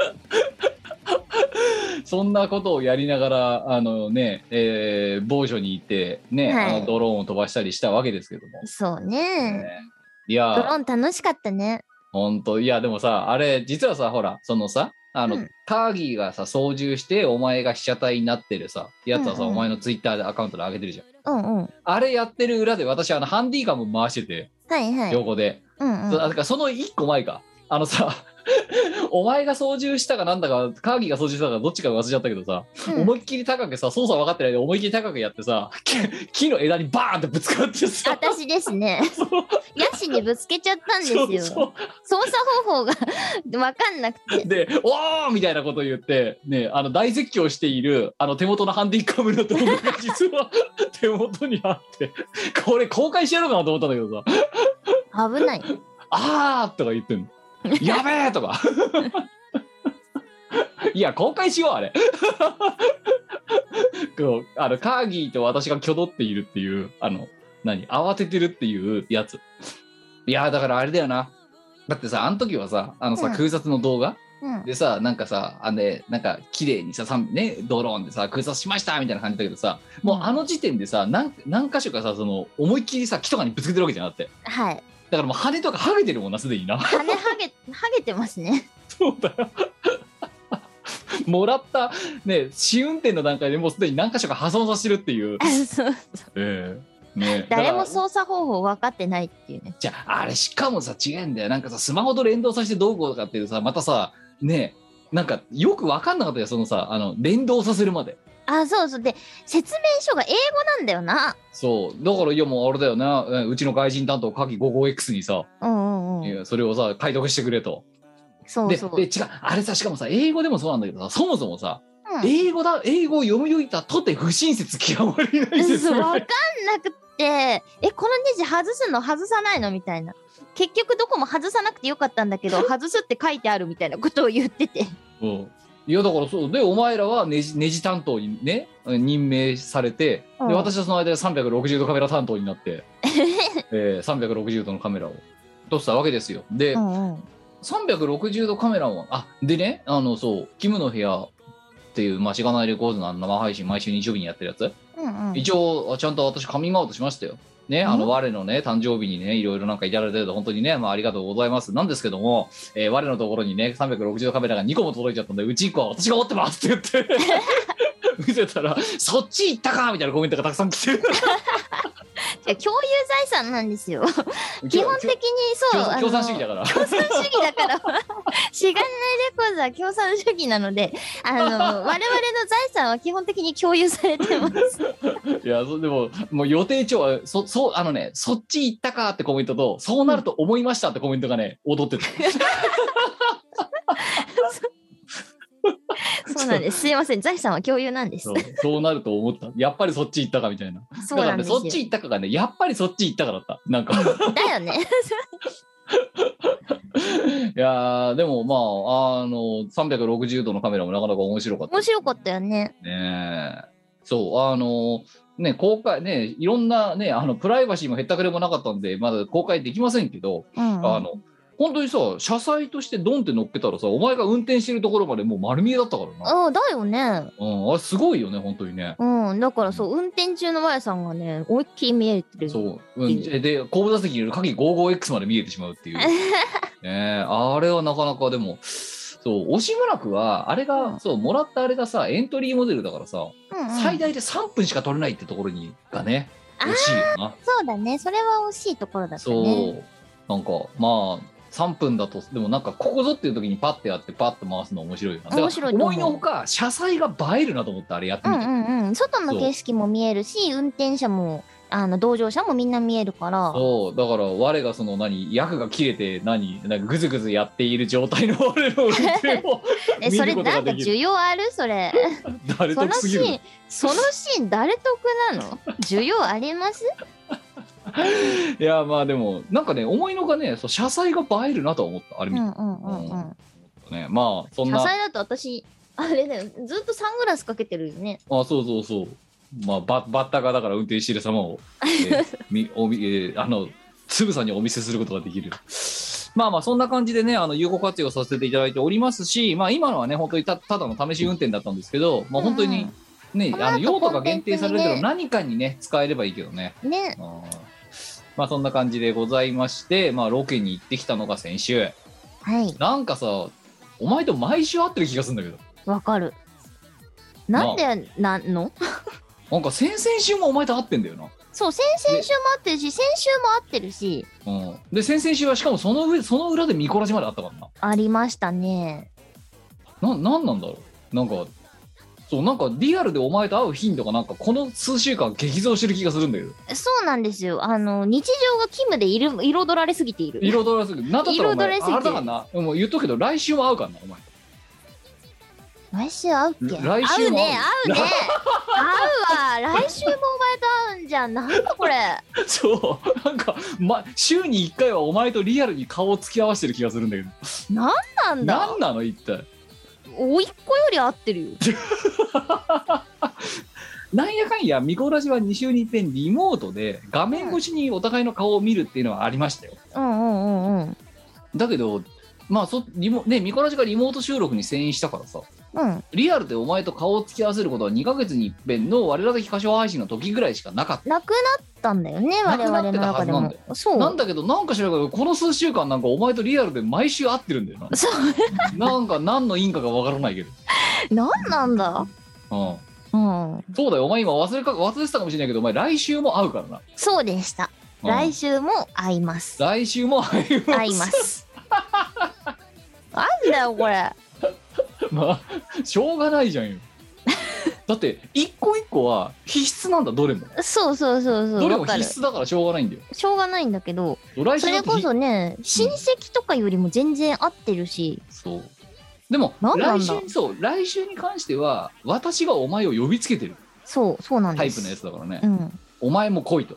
[SPEAKER 3] そんなことをやりながらあのねえー防除に行ってね、
[SPEAKER 4] はい
[SPEAKER 3] あのドローンを飛ばしたりしたわけですけども。
[SPEAKER 4] そうね。
[SPEAKER 3] ねい
[SPEAKER 4] ド
[SPEAKER 3] や
[SPEAKER 4] ローン楽しかったね。
[SPEAKER 3] 本当いやでもさあれ実はさほらそのさあの、
[SPEAKER 4] うん
[SPEAKER 3] カーギーがさ操縦してお前が被写体になってるさやつはさ、
[SPEAKER 4] うんうん
[SPEAKER 3] お前のツイッターでアカウントで上げてるじゃん
[SPEAKER 4] うんうん。
[SPEAKER 3] あれやってる裏で私あのハンディカム回してて
[SPEAKER 4] はいはい。
[SPEAKER 3] 横で、
[SPEAKER 4] うん
[SPEAKER 3] そうだからその1個前かあのさ お前が操縦したかなんだかカーギーが操縦したかどっちか忘れちゃったけどさ、
[SPEAKER 4] んうん。
[SPEAKER 3] 思いっきり高くさ操作分かってないで思いっきり高くやってさ木木の枝にバーンってぶつかってさ
[SPEAKER 4] 私で すね。ヤシにぶつけちゃったんです
[SPEAKER 3] そう
[SPEAKER 4] よ。
[SPEAKER 3] そう
[SPEAKER 4] 操作方法が わかんなくて。
[SPEAKER 3] で、おーみたいなことを言って、ね、あの大絶叫しているあの手元のハンディカムの動画が実は 手元にあって、これ公開してやろうかなと思ったんだけどさ、
[SPEAKER 4] 危ない。
[SPEAKER 3] あーとか言って んの。やべえとか。 いや、公開しよう、あれ。 こうあのカーギーと私が挙動っているっていう、あの、何、慌ててるっていうやつ。いや、だからあれだよな。だってさ、あの時はさ、あのさ、
[SPEAKER 4] うん
[SPEAKER 3] 空撮の動画
[SPEAKER 4] うん。
[SPEAKER 3] でさなんかさあねなんか綺麗にささんねドローンでさ空撮しましたみたいな感じだけどさもうあの時点でさ何何箇所かさその思いっきりさ木とかにぶつけてるわけじゃなくて
[SPEAKER 4] はい。
[SPEAKER 3] だからもう羽とか剥げてるもんなすでにな
[SPEAKER 4] 羽はげ、はげてますね。
[SPEAKER 3] そうだよもらったね試運転の段階でもうすでに何箇所か破損させてるって いう、
[SPEAKER 4] そう
[SPEAKER 3] ええね
[SPEAKER 4] 誰
[SPEAKER 3] だ
[SPEAKER 4] も
[SPEAKER 3] から
[SPEAKER 4] 操作方法分かってないっていうね。
[SPEAKER 3] じゃああれしかもさ違うんだよなんかさスマホと連動させてどうこうとかっていうさまたさねなんかよく分かんなかったよそのさあの連動させるまで。
[SPEAKER 4] あ、そうそう。で、説明書が英語なんだよな。
[SPEAKER 3] そうだからいやもうあれだよなうんうちの外人担当カキ 55X にさ、
[SPEAKER 4] うんうん
[SPEAKER 3] い
[SPEAKER 4] うん。
[SPEAKER 3] やそれをさ解読してくれと
[SPEAKER 4] そう
[SPEAKER 3] で
[SPEAKER 4] そう。
[SPEAKER 3] で違うあれさしかもさ英語でもそうなんだけどさそもそもさ、
[SPEAKER 4] うん
[SPEAKER 3] 英語だ英語を読み解いたとて不親切極まりないです
[SPEAKER 4] そ う
[SPEAKER 3] よ
[SPEAKER 4] わか
[SPEAKER 3] ね
[SPEAKER 4] んなくってえこのネジ外すの外さないのみたいな結局どこも外さなくてよかったんだけど外すって書いてあるみたいなことを言ってて
[SPEAKER 3] うんいやだからそうでお前らはネジネジ担当にね任命されて、
[SPEAKER 4] うん
[SPEAKER 3] で私はその間で360度カメラ担当にな って、えー、360度のカメラを撮ってたわけですよで、
[SPEAKER 4] うん、うん、
[SPEAKER 3] 360度カメラもあでねあのそう「キムの部屋」っていう「まあしがないレコーズ」のあの生配信毎週日曜日にやってるやつ、
[SPEAKER 4] うんうん
[SPEAKER 3] 一応あちゃんと私カミングアウトしましたよねあ
[SPEAKER 4] う
[SPEAKER 3] の
[SPEAKER 4] ん
[SPEAKER 3] 我のね誕生日にねいろいろなんかいただいてて本当にね、まあ、ありがとうございますなんですけども、えー我のところにね360度カメラが2個も届いちゃったんでうち1個は私が持ってますって 言って見せたら「そっち行ったか!」みたいなコメントがたくさん来てる
[SPEAKER 4] いや共有財産なんですよ 基本的にそう
[SPEAKER 3] 共産共産主義だ
[SPEAKER 4] か
[SPEAKER 3] から
[SPEAKER 4] 共産主義だから しがないレコーズは共産主義なのであの我々の財産は基本的に共有さ れてます
[SPEAKER 3] いや、そうでも、もう予定調和、そ、そう、あのね、そっち行ったかってコメントと、そうなると思いましたってコメントがね、踊 ってた。
[SPEAKER 4] そうなんですすいません財産は共有なんです
[SPEAKER 3] そう、そうなると思った。やっぱりそっち行ったかみたいな。
[SPEAKER 4] そう
[SPEAKER 3] だか
[SPEAKER 4] な
[SPEAKER 3] ら
[SPEAKER 4] んで
[SPEAKER 3] ね、
[SPEAKER 4] すよ
[SPEAKER 3] そっち行ったかがね、やっぱりそっち行ったかだった。なんか、い
[SPEAKER 4] だよね
[SPEAKER 3] やー、でもまあ、あの、360度のカメラもなかなか面白かった
[SPEAKER 4] 面。白かったよね
[SPEAKER 3] ねえそう、あの、ね、公開、ね、いろんなね、あの、プライバシーもへったくれもなかったんで、まだ公開できませんけど、
[SPEAKER 4] うんうん
[SPEAKER 3] あの本当にさ車載としてドンって乗っけたらさお前が運転してるところまでもう丸見えだったからな、
[SPEAKER 4] ああだよね。
[SPEAKER 3] うん、あれすごいよね本当にね、
[SPEAKER 4] うん、だからそう、運転中のマヤさんがね、思いっきり見えてる。
[SPEAKER 3] そう、うん、えで後部座席にいる鍵 55X まで見えてしまうっていう ねえあれはなかなかでもそう押村区はあれが、
[SPEAKER 4] うん
[SPEAKER 3] そうもらったあれがさエントリーモデルだからさ、
[SPEAKER 4] うんうん
[SPEAKER 3] 最大で3分しか取れないってところにがね
[SPEAKER 4] あー
[SPEAKER 3] 惜しいよな
[SPEAKER 4] そうだね、それは惜しいところだった
[SPEAKER 3] そう、
[SPEAKER 4] ね。
[SPEAKER 3] なんかまあ3分だとでもなんかここぞっていう時にパッてやってパッと回すの面白いよな
[SPEAKER 4] 面白いと
[SPEAKER 3] だ
[SPEAKER 4] 思
[SPEAKER 3] か
[SPEAKER 4] う
[SPEAKER 3] ら思いのほか車載が映えるなと思ってあれやって
[SPEAKER 4] うん
[SPEAKER 3] み
[SPEAKER 4] う
[SPEAKER 3] て、
[SPEAKER 4] んうん、外の景色も見えるし、運転者もあの同乗者もみんな見えるから
[SPEAKER 3] そうだから我がその何役が切れて何なんかグズグズやっている状態の我の運転を
[SPEAKER 4] え
[SPEAKER 3] 見
[SPEAKER 4] そ
[SPEAKER 3] る
[SPEAKER 4] れ
[SPEAKER 3] ことが
[SPEAKER 4] なんか
[SPEAKER 3] できる
[SPEAKER 4] 需要ある それ
[SPEAKER 3] 誰
[SPEAKER 4] その
[SPEAKER 3] 得すぎ
[SPEAKER 4] シ
[SPEAKER 3] る
[SPEAKER 4] ーンそのシーン誰得なの需要あります
[SPEAKER 3] いやまあでもなんかね思いのがねそう車載が映えるなとは思ったあれ
[SPEAKER 4] う
[SPEAKER 3] 見
[SPEAKER 4] ん
[SPEAKER 3] て、
[SPEAKER 4] うんうんうん
[SPEAKER 3] ねまあそん
[SPEAKER 4] 多
[SPEAKER 3] な
[SPEAKER 4] 彩だと私あれだよずっとサングラスかけてるよね
[SPEAKER 3] あそうそうそうまあババッタがだから運転してる様を、えーみおみえーあのつぶさにお見せすることができるまあまあそんな感じでねあの有効活用させていただいておりますしまあ今のはね本当にたただの試し運転だったんですけど、まあ、本当にね、
[SPEAKER 4] この後
[SPEAKER 3] あの用途が限定されるけ
[SPEAKER 4] コ
[SPEAKER 3] ど
[SPEAKER 4] ンテンツにね
[SPEAKER 3] 何かにね使えればいいけどね
[SPEAKER 4] ね
[SPEAKER 3] うんまあそんな感じでございまして、まあ、ロケに行ってきたのが先週
[SPEAKER 4] はい
[SPEAKER 3] なんかさお前と毎週会ってる気がするんだけど
[SPEAKER 4] わかるなんでなんの
[SPEAKER 3] なんか先々週もお前と会ってんだよな
[SPEAKER 4] そう先々週も合ってるし先週も合ってるし
[SPEAKER 3] うん、で先々週はしかもその上その裏でミコラジまであったから
[SPEAKER 4] ありましたね
[SPEAKER 3] なななんなんだろうなんかそうなんかリアルでお前と会う頻度がなんかこの数週間激増してる気がするんだけど
[SPEAKER 4] そうなんですよあの日常がキムでいる彩られすぎている
[SPEAKER 3] 彩らすぎてなんだったらお前
[SPEAKER 4] 彩られすぎ
[SPEAKER 3] あ
[SPEAKER 4] て
[SPEAKER 3] れだからなもう言っとくけど来週も会うからなお 前
[SPEAKER 4] 来週会うっけ
[SPEAKER 3] 来来週も会う
[SPEAKER 4] 会うね会う ね会うわ来週もお前と会うんじゃんなんだこれ
[SPEAKER 3] そうなんか、ま、週に1回はお前とリアルに顔を突き合わせてる気がするんだけど
[SPEAKER 4] なんなんだ
[SPEAKER 3] 何なの一体
[SPEAKER 4] おいっ子より合ってるよ
[SPEAKER 3] なんやかんやミコラジは2週に一遍リモートで画面越しにお互いの顔を見るっていうのはありましたよ
[SPEAKER 4] うんうんうんうん
[SPEAKER 3] だけどまあそリモねミコラジがリモート収録に遷移したからさ
[SPEAKER 4] うん
[SPEAKER 3] リアルでお前と顔を突き合わせることは2ヶ月に一遍の我ら的歌唱配信の時ぐらいしかなかっ
[SPEAKER 4] なくなったんだよね
[SPEAKER 3] な
[SPEAKER 4] 我
[SPEAKER 3] くなっ
[SPEAKER 4] 々の
[SPEAKER 3] てたはず
[SPEAKER 4] 中で
[SPEAKER 3] なんだよ
[SPEAKER 4] もそ
[SPEAKER 3] た
[SPEAKER 4] う
[SPEAKER 3] なんだけどなんか知らないけどこの数週間なんかお前とリアルで毎週会ってるんだよ
[SPEAKER 4] そう
[SPEAKER 3] ななんか何の因果かわからないけど、
[SPEAKER 4] なんなんだ
[SPEAKER 3] うん、
[SPEAKER 4] うん
[SPEAKER 3] そうだよお前今忘れか忘れてたかもしれないけどお前来週も会うからな、
[SPEAKER 4] そうでした
[SPEAKER 3] うん
[SPEAKER 4] 来週も会います
[SPEAKER 3] 来週も会います
[SPEAKER 4] 会いますなんだよこれ
[SPEAKER 3] まあしょうがないじゃ んよだって一個一個は必須なんだどれも
[SPEAKER 4] そうそうそうそ
[SPEAKER 3] ど
[SPEAKER 4] う
[SPEAKER 3] れ
[SPEAKER 4] わ
[SPEAKER 3] も
[SPEAKER 4] か
[SPEAKER 3] 必須
[SPEAKER 4] る
[SPEAKER 3] だからしょうがないんだよ
[SPEAKER 4] しょうがないんだけど
[SPEAKER 3] 来
[SPEAKER 4] そ
[SPEAKER 3] 週だっ
[SPEAKER 4] れ
[SPEAKER 3] てひ
[SPEAKER 4] こそね親戚とかよりも全然合ってるし
[SPEAKER 3] そうでも
[SPEAKER 4] なんなん
[SPEAKER 3] 来
[SPEAKER 4] だ
[SPEAKER 3] 週にそう来週に関しては私がお前を呼びつけてる
[SPEAKER 4] そうそうなん
[SPEAKER 3] タ
[SPEAKER 4] で
[SPEAKER 3] イ
[SPEAKER 4] す
[SPEAKER 3] プのやつだからね、
[SPEAKER 4] うん
[SPEAKER 3] お前も来いと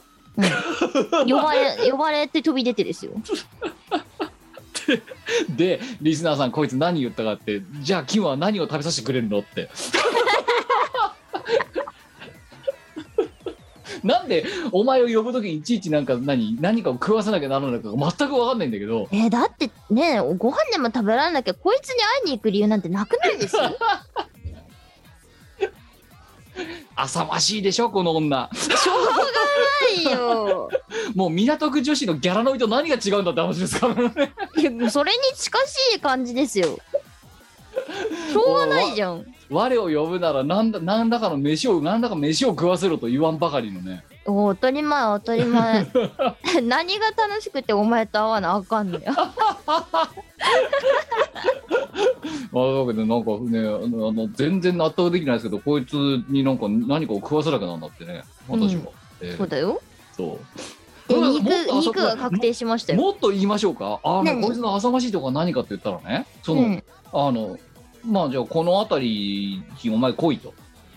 [SPEAKER 4] 呼ばれ呼 ばれて飛び出てですよ
[SPEAKER 3] でリスナーさんこいつ何言ったかってじゃあキムは何を食べさせてくれるのって なんでお前を呼ぶ時にいちいちなんか何何かを食わせなきゃならないのか全く分かんないんだけど
[SPEAKER 4] えーだってねご飯でも食べられなきゃこいつに会いに行く理由なんてなくないですよ
[SPEAKER 3] 浅ましいでしょこの 女
[SPEAKER 4] しょうがないよ
[SPEAKER 3] もう港区女子のギャラ飲みと何が違うんだって話ですからね
[SPEAKER 4] いやもうそれに近しい感じですよ。しょうがないじゃん。
[SPEAKER 3] 我を呼ぶなら何だ何らかの飯を何らかの飯を食わせろと言わんばかりのね
[SPEAKER 4] おお当たり前当た り前。何が楽しくてお前と会わなあかんのや。
[SPEAKER 3] あだけどなんかねあのあの全然納得できないですけどこいつになんか何かを食わせなきゃなんだってね私は、ええ
[SPEAKER 4] そうだよ。
[SPEAKER 3] そう
[SPEAKER 4] で
[SPEAKER 3] うん
[SPEAKER 4] 肉
[SPEAKER 3] もっとあそ
[SPEAKER 4] 肉が確定しましたよ。
[SPEAKER 3] もっと言いましょうかあの
[SPEAKER 4] 何
[SPEAKER 3] こいつの浅ましいとこは何かって言ったらねその、
[SPEAKER 4] うん
[SPEAKER 3] あのまあじゃあこの辺りにお前来いと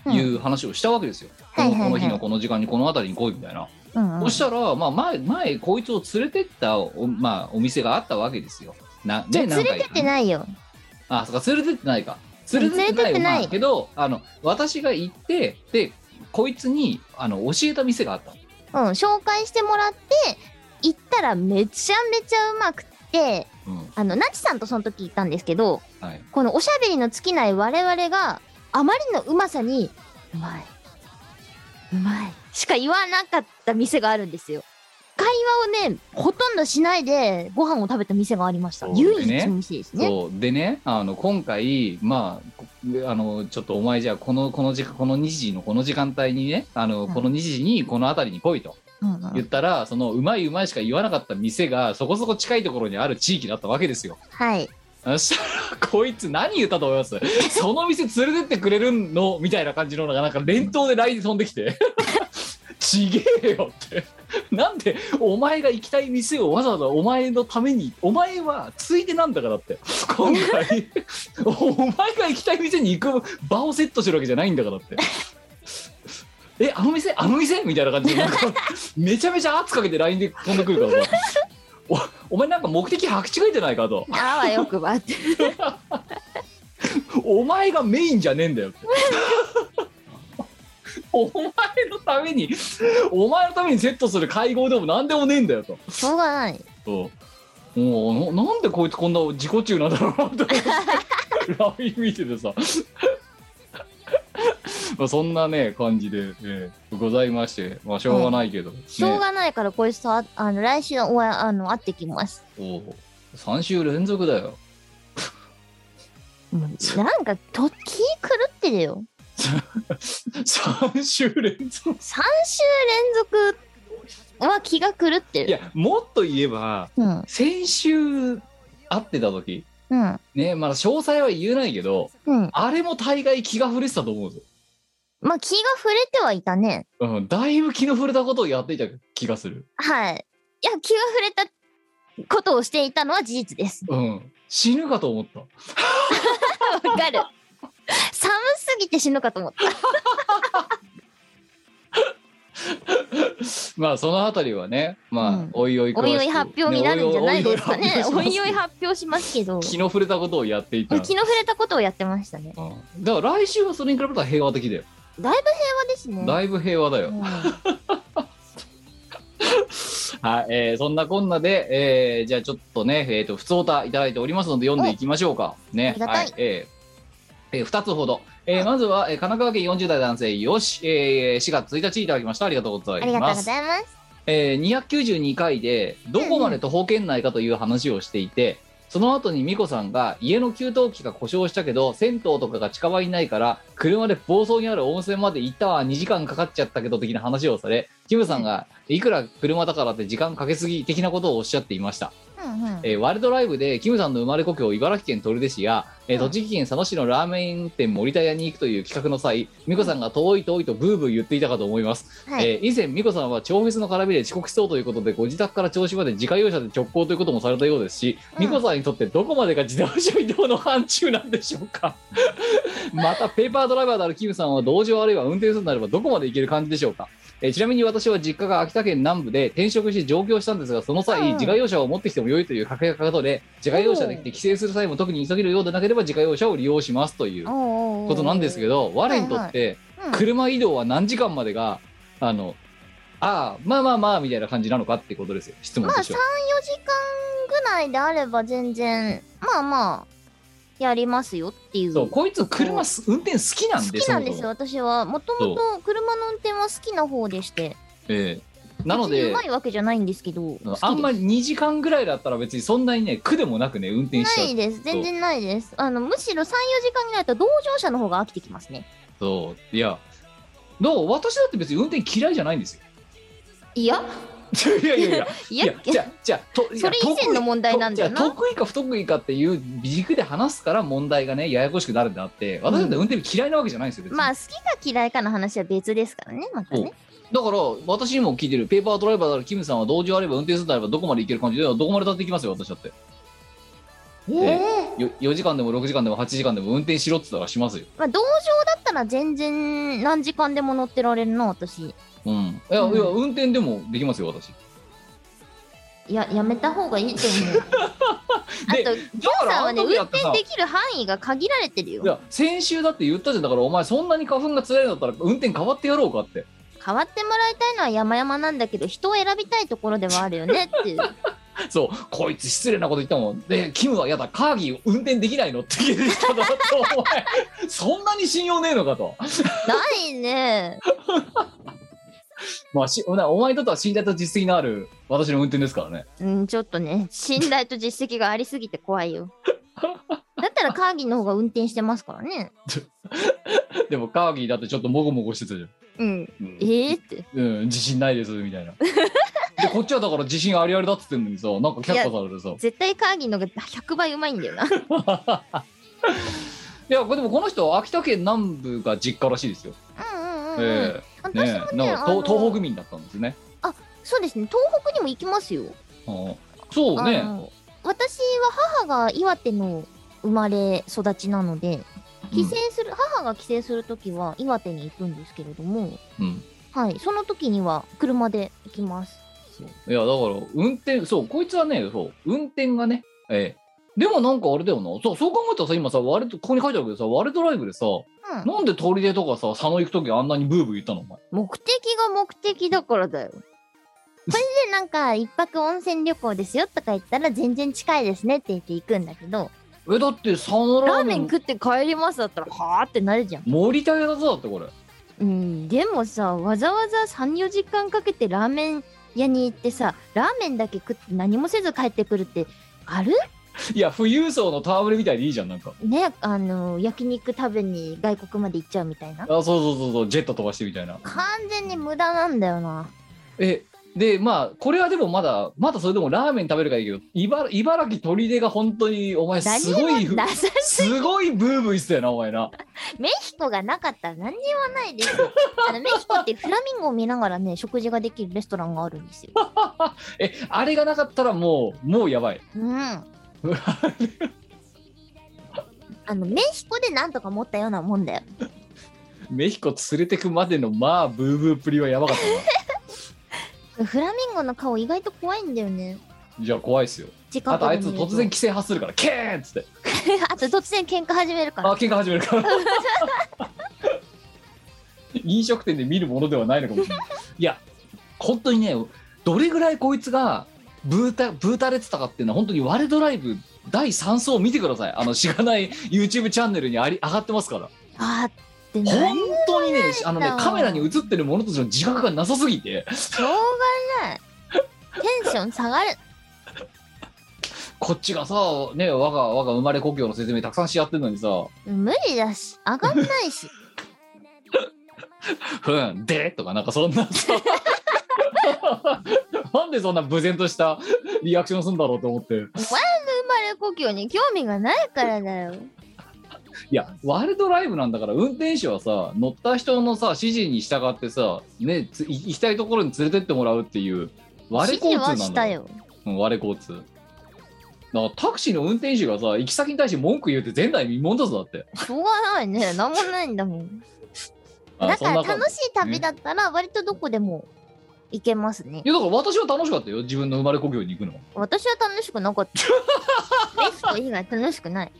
[SPEAKER 3] いう話をしたわけですよ、こ
[SPEAKER 4] うん
[SPEAKER 3] の
[SPEAKER 4] はいはいはい
[SPEAKER 3] この日のこの時間にこの辺りに来いみたいな、
[SPEAKER 4] うんうん
[SPEAKER 3] そしたら、まあ、前前こいつを連れてったお,、まあ、お店があったわけですよな
[SPEAKER 4] じゃ
[SPEAKER 3] ね
[SPEAKER 4] あ連れてって
[SPEAKER 3] い
[SPEAKER 4] ないよ。
[SPEAKER 3] あそうか連れてってないか連れてってない
[SPEAKER 4] 連れてってない
[SPEAKER 3] まあけどあの私が行ってでこいつにあの教えた店があった
[SPEAKER 4] うん紹介してもらって行ったらめちゃめちゃうまくって
[SPEAKER 3] うん
[SPEAKER 4] あのナチさんとその時行ったんですけど
[SPEAKER 3] はい、
[SPEAKER 4] このおしゃべりの尽きない我々があまりのうまさにうまいうまいしか言わなかった店があるんですよ会話をねほとんどしないでご飯を食べた店がありました、
[SPEAKER 3] そう
[SPEAKER 4] 唯
[SPEAKER 3] でね
[SPEAKER 4] 一の店ですね
[SPEAKER 3] そうでねあの今回まあこあのちょっとお前じゃあこのこの時間この2時のこの時間帯にねあの、
[SPEAKER 4] うん
[SPEAKER 3] この2時にこの辺りに来いと
[SPEAKER 4] うんうん
[SPEAKER 3] 言ったら、そのうまいうまいしか言わなかった店がそこそこ近いところにある地域だったわけですよ
[SPEAKER 4] はい
[SPEAKER 3] そしたらこいつ何言ったと思いますその店連れてってくれるのみたいな感じのなんか連投で来で飛んできて違ちげえよってなんでお前が行きたい店をわざわざお前のためにお前はついでなんだからって今回お前が行きたい店に行く場をセットしてるわけじゃないんだからってえあの店あの店みたいな感じでなんかめちゃめちゃ圧かけて LINE で飛んでくるからさおお前なんか目的履き違えてないかと
[SPEAKER 4] あわよくば って
[SPEAKER 3] お前がメインじゃねえんだよって お前のためにお前のためにセットする会合でも何でもねえんだよと
[SPEAKER 4] しょうがない
[SPEAKER 3] そうもうななんでこいつこんな自己中なんだろうなと思って LINE 見ててさ まあそんなね感じで、ええございましてまあしょうがないけど、ね
[SPEAKER 4] しょうがないからこいつとああの来週おあの会ってきます
[SPEAKER 3] おう3週連続だよ
[SPEAKER 4] な んかと気狂ってるよ
[SPEAKER 3] 3週連続
[SPEAKER 4] 3週連続は気が狂って
[SPEAKER 3] い
[SPEAKER 4] る
[SPEAKER 3] やもっと言えば
[SPEAKER 4] うん
[SPEAKER 3] 先週会ってた時
[SPEAKER 4] うん
[SPEAKER 3] ねまだ詳細は言えないけど
[SPEAKER 4] うん
[SPEAKER 3] あれも大概気が触れてたと思うんです
[SPEAKER 4] まあ気が触れてはいたね
[SPEAKER 3] よ、うん、だいぶ気の触れたことをやっていた気がする
[SPEAKER 4] はいいや気が触れたことをしていたのは事実です
[SPEAKER 3] うん死ぬかと思った
[SPEAKER 4] わか る寒すぎて死ぬかと思った
[SPEAKER 3] まあそのあたりはねまあ、
[SPEAKER 4] うん
[SPEAKER 3] おいおい詳
[SPEAKER 4] お
[SPEAKER 3] しく
[SPEAKER 4] いおい発表になるんじゃないですかね
[SPEAKER 3] おい
[SPEAKER 4] お
[SPEAKER 3] おいおいおい
[SPEAKER 4] いおい発表しますけど
[SPEAKER 3] 気の触れたことをやっていた、
[SPEAKER 4] 気の触れたことをやってましたね
[SPEAKER 3] うんだから来週はそれに比べたら平和的だよ、
[SPEAKER 4] だいぶ平和ですね
[SPEAKER 3] だいぶ平和だよ、
[SPEAKER 4] う
[SPEAKER 3] はい、えーそんなこんなで、えーじゃあちょっとね、えー、と、普通歌いただいておりますので読んでいきましょうか。ね。
[SPEAKER 4] ありがたい
[SPEAKER 3] はえーえー2つほど。えーまずは、えー神奈川県40代男性、よし、えー4月1日いただきました。ありがとうござ
[SPEAKER 4] んあり
[SPEAKER 3] い
[SPEAKER 4] がと
[SPEAKER 3] ま
[SPEAKER 4] うご
[SPEAKER 3] す。
[SPEAKER 4] ざいます
[SPEAKER 3] えー292回で、どこまで徒歩圏内かという話をしていて、その後に美子さんが家の給湯器が故障したけど銭湯とかが近場にないから車で房総にある温泉まで行ったわ2時間かかっちゃったけど的な話をされキムさんがいくら車だからって時間かけすぎ的なことをおっしゃっていました、
[SPEAKER 4] うんうん
[SPEAKER 3] えーワールドライブでキムさんの生まれ故郷茨城県取手市や、えー
[SPEAKER 4] うん
[SPEAKER 3] 栃木県佐野市のラーメン店森田屋に行くという企画の際美子さんが遠い遠いとブーブー言っていたかと思います
[SPEAKER 4] はい
[SPEAKER 3] えー以前、美子さんは超フェスの絡みで遅刻しそうということで、ご自宅から調子まで自家用車で直行ということもされたようですし、
[SPEAKER 4] うん
[SPEAKER 3] 美子さんにとってどこまでが自動車移動の範疇なんでしょう かまた、ペーパードライバーであるキムさんは同乗あるいは運転するならばどこまで行ける感じでしょうかえーちなみに私は実家が秋田県南部で転職して上京したんですがその際、
[SPEAKER 4] うん
[SPEAKER 3] 自家用車を持ってきても良いという家計がかとで自家用車で来て帰省する際も特に急げるようでなければ自家用車を利用しますというこ
[SPEAKER 4] こと
[SPEAKER 3] なんですけ
[SPEAKER 4] ど、
[SPEAKER 3] ど我にとって、
[SPEAKER 4] うん
[SPEAKER 3] 車移動は何時間までがあのああまあまあまあみたいな感じなのかってことですよ質問
[SPEAKER 4] まあ
[SPEAKER 3] と
[SPEAKER 4] 34
[SPEAKER 3] し
[SPEAKER 4] 時
[SPEAKER 3] ては、
[SPEAKER 4] 間ぐらいであれば全然まあまあやりますよっていう
[SPEAKER 3] そう
[SPEAKER 4] 好
[SPEAKER 3] こいつ車す運転好きなんで
[SPEAKER 4] きなんです
[SPEAKER 3] そ
[SPEAKER 4] よ
[SPEAKER 3] も
[SPEAKER 4] 私はもともと車の運転は好きな方でして
[SPEAKER 3] そもええなの
[SPEAKER 4] 別に
[SPEAKER 3] で
[SPEAKER 4] うまいわけじゃないんですけど
[SPEAKER 3] あんま
[SPEAKER 4] り
[SPEAKER 3] り2時間ぐらいだったら別にそんなにね苦でもなくね運転しち
[SPEAKER 4] な
[SPEAKER 3] ゃう
[SPEAKER 4] いです全然ないですあのむしろ34時間になると同乗者の方が飽きてきますね
[SPEAKER 3] そういやどう私だって別に運転嫌いじゃないんですよ
[SPEAKER 4] いや
[SPEAKER 3] いやいやいや
[SPEAKER 4] い
[SPEAKER 3] い
[SPEAKER 4] や
[SPEAKER 3] やじゃあじゃあとい
[SPEAKER 4] そ
[SPEAKER 3] や
[SPEAKER 4] れ以前の問題なんだよな
[SPEAKER 3] とじゃあ得意か不得意かっていう軸で話すから問題がねややこしくなるんであって私だって運転嫌いなわけじゃないんですよ、別に
[SPEAKER 4] まあ好きか嫌いかの話は別ですからねまたね
[SPEAKER 3] だから私にも聞いてるペーパードライバーだからキムさんは同時あれば運転するならばどこまで行ける感じでどこまでだって行きますよ私だって
[SPEAKER 4] え
[SPEAKER 3] えよ4時間でも6時間でも8時間でも運転しろって言ったらしますよ
[SPEAKER 4] まあ同乗だったら全然何時間でも乗ってられるな私
[SPEAKER 3] うんいや,、
[SPEAKER 4] うん
[SPEAKER 3] いや運転でもできますよ私
[SPEAKER 4] いややめた方がいいと思うあ
[SPEAKER 3] で
[SPEAKER 4] と、ギョンさんはね、
[SPEAKER 3] あの
[SPEAKER 4] 運
[SPEAKER 3] 時だって
[SPEAKER 4] 転
[SPEAKER 3] さ
[SPEAKER 4] できる範囲が限られてる
[SPEAKER 3] い
[SPEAKER 4] よ。
[SPEAKER 3] や先週だって言ったじゃんだからお前そんなに花粉がつらいんだったら運転変わってやろうかって
[SPEAKER 4] 変わってもらいたいのは山々なんだけど、人を選びたいところではあるよね っていう。
[SPEAKER 3] そうこいつ失礼なこと言ったもんでキムはやだカーギー運転できないのって聞いてきたなとお前そんなに信用ねえのかと
[SPEAKER 4] ないね。
[SPEAKER 3] まあしお前にとっては信頼と実績のある私の運転ですからね
[SPEAKER 4] うん、ちょっとね、信頼と実績がありすぎて怖いよ。だったらカーギーの方が運転してますからね。
[SPEAKER 3] でもカーギーだってちょっともごもごしてたじゃん。
[SPEAKER 4] うん。
[SPEAKER 3] うん
[SPEAKER 4] えーって。
[SPEAKER 3] うん、自信ないですみたいな。でこっちはだから自信ありありだっつってんのにさなんか却下されてさ。
[SPEAKER 4] 絶対カーギーの方が100倍うまいんだ よな。
[SPEAKER 3] いやこれでもこの人は秋田県南部が実家らしいですよ。
[SPEAKER 4] うんうんうんうん、
[SPEAKER 3] ええ
[SPEAKER 4] 私
[SPEAKER 3] ね
[SPEAKER 4] も
[SPEAKER 3] え
[SPEAKER 4] ね
[SPEAKER 3] なんか
[SPEAKER 4] あの
[SPEAKER 3] 東東北民だったんですね。
[SPEAKER 4] そうですね東北にも行きますよ
[SPEAKER 3] うんそうね
[SPEAKER 4] あ。の私は母が岩手の生まれ育ちなので帰省する、母が帰省するときは岩手に行くんですけれども
[SPEAKER 3] うん
[SPEAKER 4] はいその時には車で行きます
[SPEAKER 3] いやだから運転そうこいつはねそう運転がねええでもなんかあれだよなそうそう考えたらさ今さ割とここに書いてあるけどさ割とライブでさ
[SPEAKER 4] うん
[SPEAKER 3] なんで砦とかさ佐野行く時あんなにブーブー言ったのお前
[SPEAKER 4] 目的が目的だから だよこれでなんか一泊温泉旅行ですよとか言ったら全然近いですねって言って行くんだけど
[SPEAKER 3] えだって佐野
[SPEAKER 4] ラ
[SPEAKER 3] ラ
[SPEAKER 4] ー
[SPEAKER 3] ーメ
[SPEAKER 4] メン
[SPEAKER 3] ン
[SPEAKER 4] 食って帰りますだったらはーってなるじゃん
[SPEAKER 3] 盛りたげだぞだってこれ
[SPEAKER 4] うんでもさわざわざ34時間かけてラーメン屋に行ってさラーメンだけ食って何もせず帰ってくるってある
[SPEAKER 3] いや富裕層の戯れみたいでいいじゃんなんか
[SPEAKER 4] ねあの焼肉食べに外国まで行っちゃうみたいな
[SPEAKER 3] あそうそうそうそうジェット飛ばしてみたいな
[SPEAKER 4] 完全に無駄なんだよな
[SPEAKER 3] えでまあこれはでもまだまだそれでもラーメン食べるからいいけど茨茨城砦が本当にお前
[SPEAKER 4] 何に
[SPEAKER 3] す
[SPEAKER 4] も
[SPEAKER 3] ごい
[SPEAKER 4] なさす
[SPEAKER 3] すごいブーブー言ってたよなお前な
[SPEAKER 4] メヒコがなかったら何にもない ですよあのメヒコってフラミンゴを見ながらね食事ができるレストランがあるんですよ
[SPEAKER 3] えあれがなかったらもうもうやばい
[SPEAKER 4] うん あのメヒコでなんとか持ったようなもんだよ
[SPEAKER 3] メヒコ連れてくまでのまあブーブーっぷりはやばかったな
[SPEAKER 4] フラミンゴの顔意外と怖いんだよね
[SPEAKER 3] じゃあ怖いっすよ
[SPEAKER 4] 時間
[SPEAKER 3] あとあいつ
[SPEAKER 4] で見る
[SPEAKER 3] 突然規制発するからケーンっつって
[SPEAKER 4] あと突然喧嘩始めるか
[SPEAKER 3] あ
[SPEAKER 4] ら
[SPEAKER 3] 喧嘩始めるから飲食店で見るものではないのかもしれないいや本当にねどれぐらいこいつがブータブータれてたかっていうのは本当に「ワルドライブ」第3層を見てくださいあのしがない YouTube チャンネルにあり上がってますから
[SPEAKER 4] あーってな
[SPEAKER 3] 本
[SPEAKER 4] い
[SPEAKER 3] 当にねあのねカメラに映ってるものとしての自覚がなさすぎて
[SPEAKER 4] しょうがないテンション下がる
[SPEAKER 3] こっちがさ、ね、我が我が生まれ故郷の説明たくさんし合ってるのにさ、
[SPEAKER 4] 無理だし上がんない し
[SPEAKER 3] うん、でとかなんかそんなさ、 なんでそんな無然としたリアクションするんだろうと思って。
[SPEAKER 4] お前の生まれ故郷に興味がないからだよ
[SPEAKER 3] いや、ワールドライブなんだから運転手はさ、乗った人のさ、指示に従ってさ、ね、つい行きたいところに連れてってもらうっていう、割れ
[SPEAKER 4] 指
[SPEAKER 3] 交
[SPEAKER 4] 示
[SPEAKER 3] 通な
[SPEAKER 4] は
[SPEAKER 3] んだ
[SPEAKER 4] したよ
[SPEAKER 3] うん、我交通。だからタクシーの運転手がさ、行き先に対して文句言うって前代未聞だぞだって。
[SPEAKER 4] しょうがない ね何もないんだもん
[SPEAKER 3] あ
[SPEAKER 4] だ
[SPEAKER 3] そ
[SPEAKER 4] か
[SPEAKER 3] ん
[SPEAKER 4] ら
[SPEAKER 3] な
[SPEAKER 4] 楽しい旅だったら割とどこでも行けますね
[SPEAKER 3] いやだから私は楽しかったよ自分の生まれ故郷に行くのは
[SPEAKER 4] 私は楽しくなかった メヒコ以外楽しくない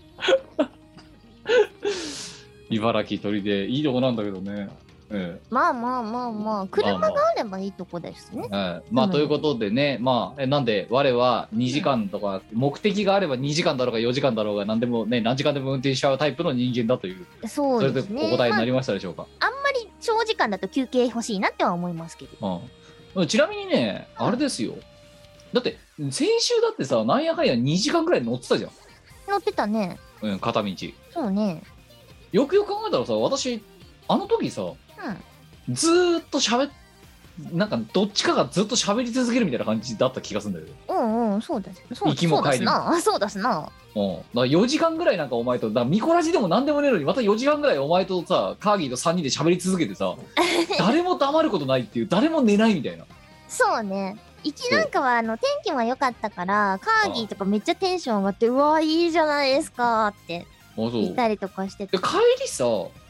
[SPEAKER 3] 茨城鳥でいいとこなんだけどね。え
[SPEAKER 4] まあまあまあまあ車があればいいとこですね
[SPEAKER 3] えはいまあということでね、まあ、えなんで我は2時間とか、目的があれば2時間だろうが4時間だろうが何でもね何時間でも運転しちゃうタイプの人間だという
[SPEAKER 4] そ
[SPEAKER 3] そうれ
[SPEAKER 4] で
[SPEAKER 3] です
[SPEAKER 4] ね
[SPEAKER 3] お答えにな
[SPEAKER 4] ま
[SPEAKER 3] りましたでしょうか、
[SPEAKER 4] あ、あんまり長時間だと休憩欲しいなっては思いますけど
[SPEAKER 3] うん、ちなみにねあれですよだって先週だってさなんやかんや2時間ぐらい乗ってたじゃん、
[SPEAKER 4] 乗ってたね
[SPEAKER 3] うん、片道
[SPEAKER 4] そうね
[SPEAKER 3] よくよく考えたらさ私あの時さ
[SPEAKER 4] う
[SPEAKER 3] ずーっと喋っなんかどっちかがずっと喋り続けるみたいな感じだった気がするんだけど
[SPEAKER 4] んうんうんそうだそう
[SPEAKER 3] 行きも
[SPEAKER 4] そうだ
[SPEAKER 3] 帰
[SPEAKER 4] す
[SPEAKER 3] りも
[SPEAKER 4] なあそうだすな
[SPEAKER 3] うん、だから4時間ぐらいなんかお前とだからミコラジでも何でもねえのにまた4時間ぐらいお前とさカーギーと3人で喋り続けて さ誰も黙ることないっていう誰も寝ないみたいな
[SPEAKER 4] そうね行きなんかはあの天気は良かったからカーギーとかめっちゃテンション上がってうわいいじゃないですかって
[SPEAKER 3] そう
[SPEAKER 4] 言っ
[SPEAKER 3] で
[SPEAKER 4] たりとかしてて
[SPEAKER 3] 帰りさ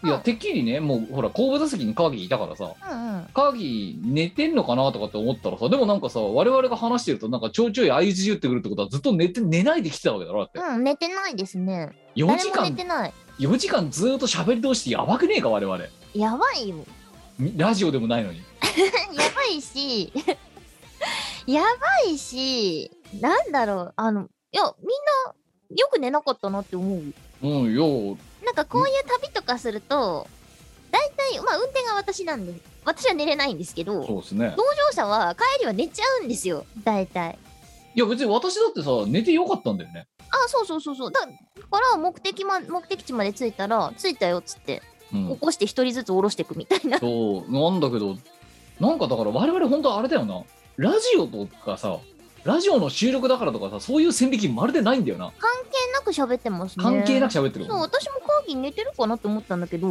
[SPEAKER 3] いやてっきりねもうほら後部座席にカーギーいたからさ
[SPEAKER 4] うんうん
[SPEAKER 3] カーギー寝てんのかなとかって思ったらさでもなんかさ我々が話してるとなんかちょいちょい相づち打ってくるってことはずっと寝て寝ないで来てたわけだろだって
[SPEAKER 4] うん寝てないですね
[SPEAKER 3] 4
[SPEAKER 4] 誰
[SPEAKER 3] 時
[SPEAKER 4] も寝
[SPEAKER 3] 間
[SPEAKER 4] てない
[SPEAKER 3] 4時間ずーっと喋り通してやばくねえか我々
[SPEAKER 4] やばいよ
[SPEAKER 3] みラジオでもないのに
[SPEAKER 4] やばいし やばいしなんだろうあのいやみんなよく寝なかったなって思う
[SPEAKER 3] うんよ
[SPEAKER 4] なんかこういう旅とかすると、大体、まあ運転が私なんで、私は寝れないんですけど、同
[SPEAKER 3] そうですね
[SPEAKER 4] 乗者は帰りは寝ちゃうんですよ、大体。
[SPEAKER 3] いや別に私だってさ寝てよかったんだよね
[SPEAKER 4] あ、そうそうそうそう。だから目的、ま、目的地まで着いたら、着いたよっつって、
[SPEAKER 3] うん
[SPEAKER 4] 起こして一人ずつ降ろしていくみたいな。
[SPEAKER 3] そうなんだけどなんかだから我々本当あれだよなラジオとかさラジオの収録だからとかさそういう線引きまるでないんだよな
[SPEAKER 4] 関係なく喋ってますね。
[SPEAKER 3] 関係なく
[SPEAKER 4] く。
[SPEAKER 3] 喋ってる
[SPEAKER 4] そう、
[SPEAKER 3] もん
[SPEAKER 4] 私も講義寝てるかなって思ったんだけど、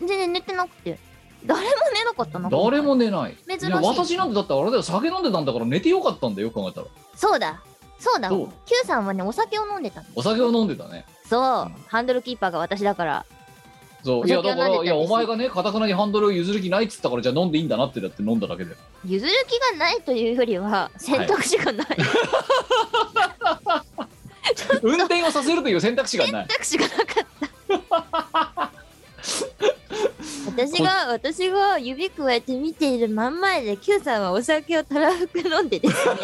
[SPEAKER 4] 全然寝てなくて。誰も寝なかったの
[SPEAKER 3] 誰も寝ない
[SPEAKER 4] 珍しい
[SPEAKER 3] いや私なんてだってあれだよ酒飲んでたんだから寝てよかったんだよよく考えたら
[SPEAKER 4] そうだそうだ
[SPEAKER 3] そう
[SPEAKER 4] Q さんはねお酒を飲んでたの
[SPEAKER 3] お酒を飲んでたね
[SPEAKER 4] そう、
[SPEAKER 3] うん
[SPEAKER 4] ハンドルキーパーが私だから
[SPEAKER 3] そう
[SPEAKER 4] お
[SPEAKER 3] い
[SPEAKER 4] 酒
[SPEAKER 3] や
[SPEAKER 4] を
[SPEAKER 3] だから
[SPEAKER 4] 飲ん
[SPEAKER 3] い
[SPEAKER 4] で
[SPEAKER 3] や
[SPEAKER 4] たんです
[SPEAKER 3] お前がねかたくなにハンドルを譲る気ないっつったからじゃあ飲んでいいんだなってだって飲んだだけで
[SPEAKER 4] 譲る気がないというよりは選択肢 がない、
[SPEAKER 3] 運転をさせるという選択肢が ない
[SPEAKER 4] 選択肢がなかった私が私が指くわえて見ている真ん前で Q さんはお酒をたらふく飲んでですね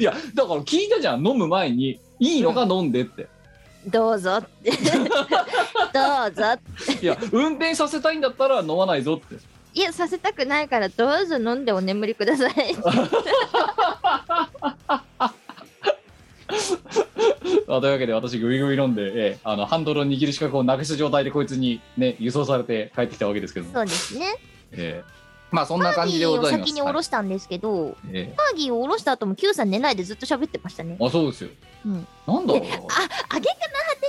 [SPEAKER 3] いやだから聞いたじゃん飲む前にいいのか飲んでって、
[SPEAKER 4] どうぞって どうぞ
[SPEAKER 3] いや運転させたいんだったら飲まないぞって
[SPEAKER 4] いやさせたくないからどうぞ飲んでお眠りくださ い
[SPEAKER 3] あというわけで私グイグイ飲んで、ええあのハンドルを握る資格をなくした状態でこいつにね輸送されて帰ってきたわけですけども、
[SPEAKER 4] そうですね
[SPEAKER 3] ええまあそんな
[SPEAKER 4] ハ
[SPEAKER 3] 感
[SPEAKER 4] ー
[SPEAKER 3] じ
[SPEAKER 4] ギ
[SPEAKER 3] で
[SPEAKER 4] ー
[SPEAKER 3] ご
[SPEAKER 4] を
[SPEAKER 3] ざいます
[SPEAKER 4] 先に下ろしたんですけど、ハ
[SPEAKER 3] はいえ
[SPEAKER 4] ーギーを下ろした後も Q さん寝ないでずっと喋ってましたね
[SPEAKER 3] えあそうですよ、
[SPEAKER 4] うん
[SPEAKER 3] なんだろうな
[SPEAKER 4] あげくの果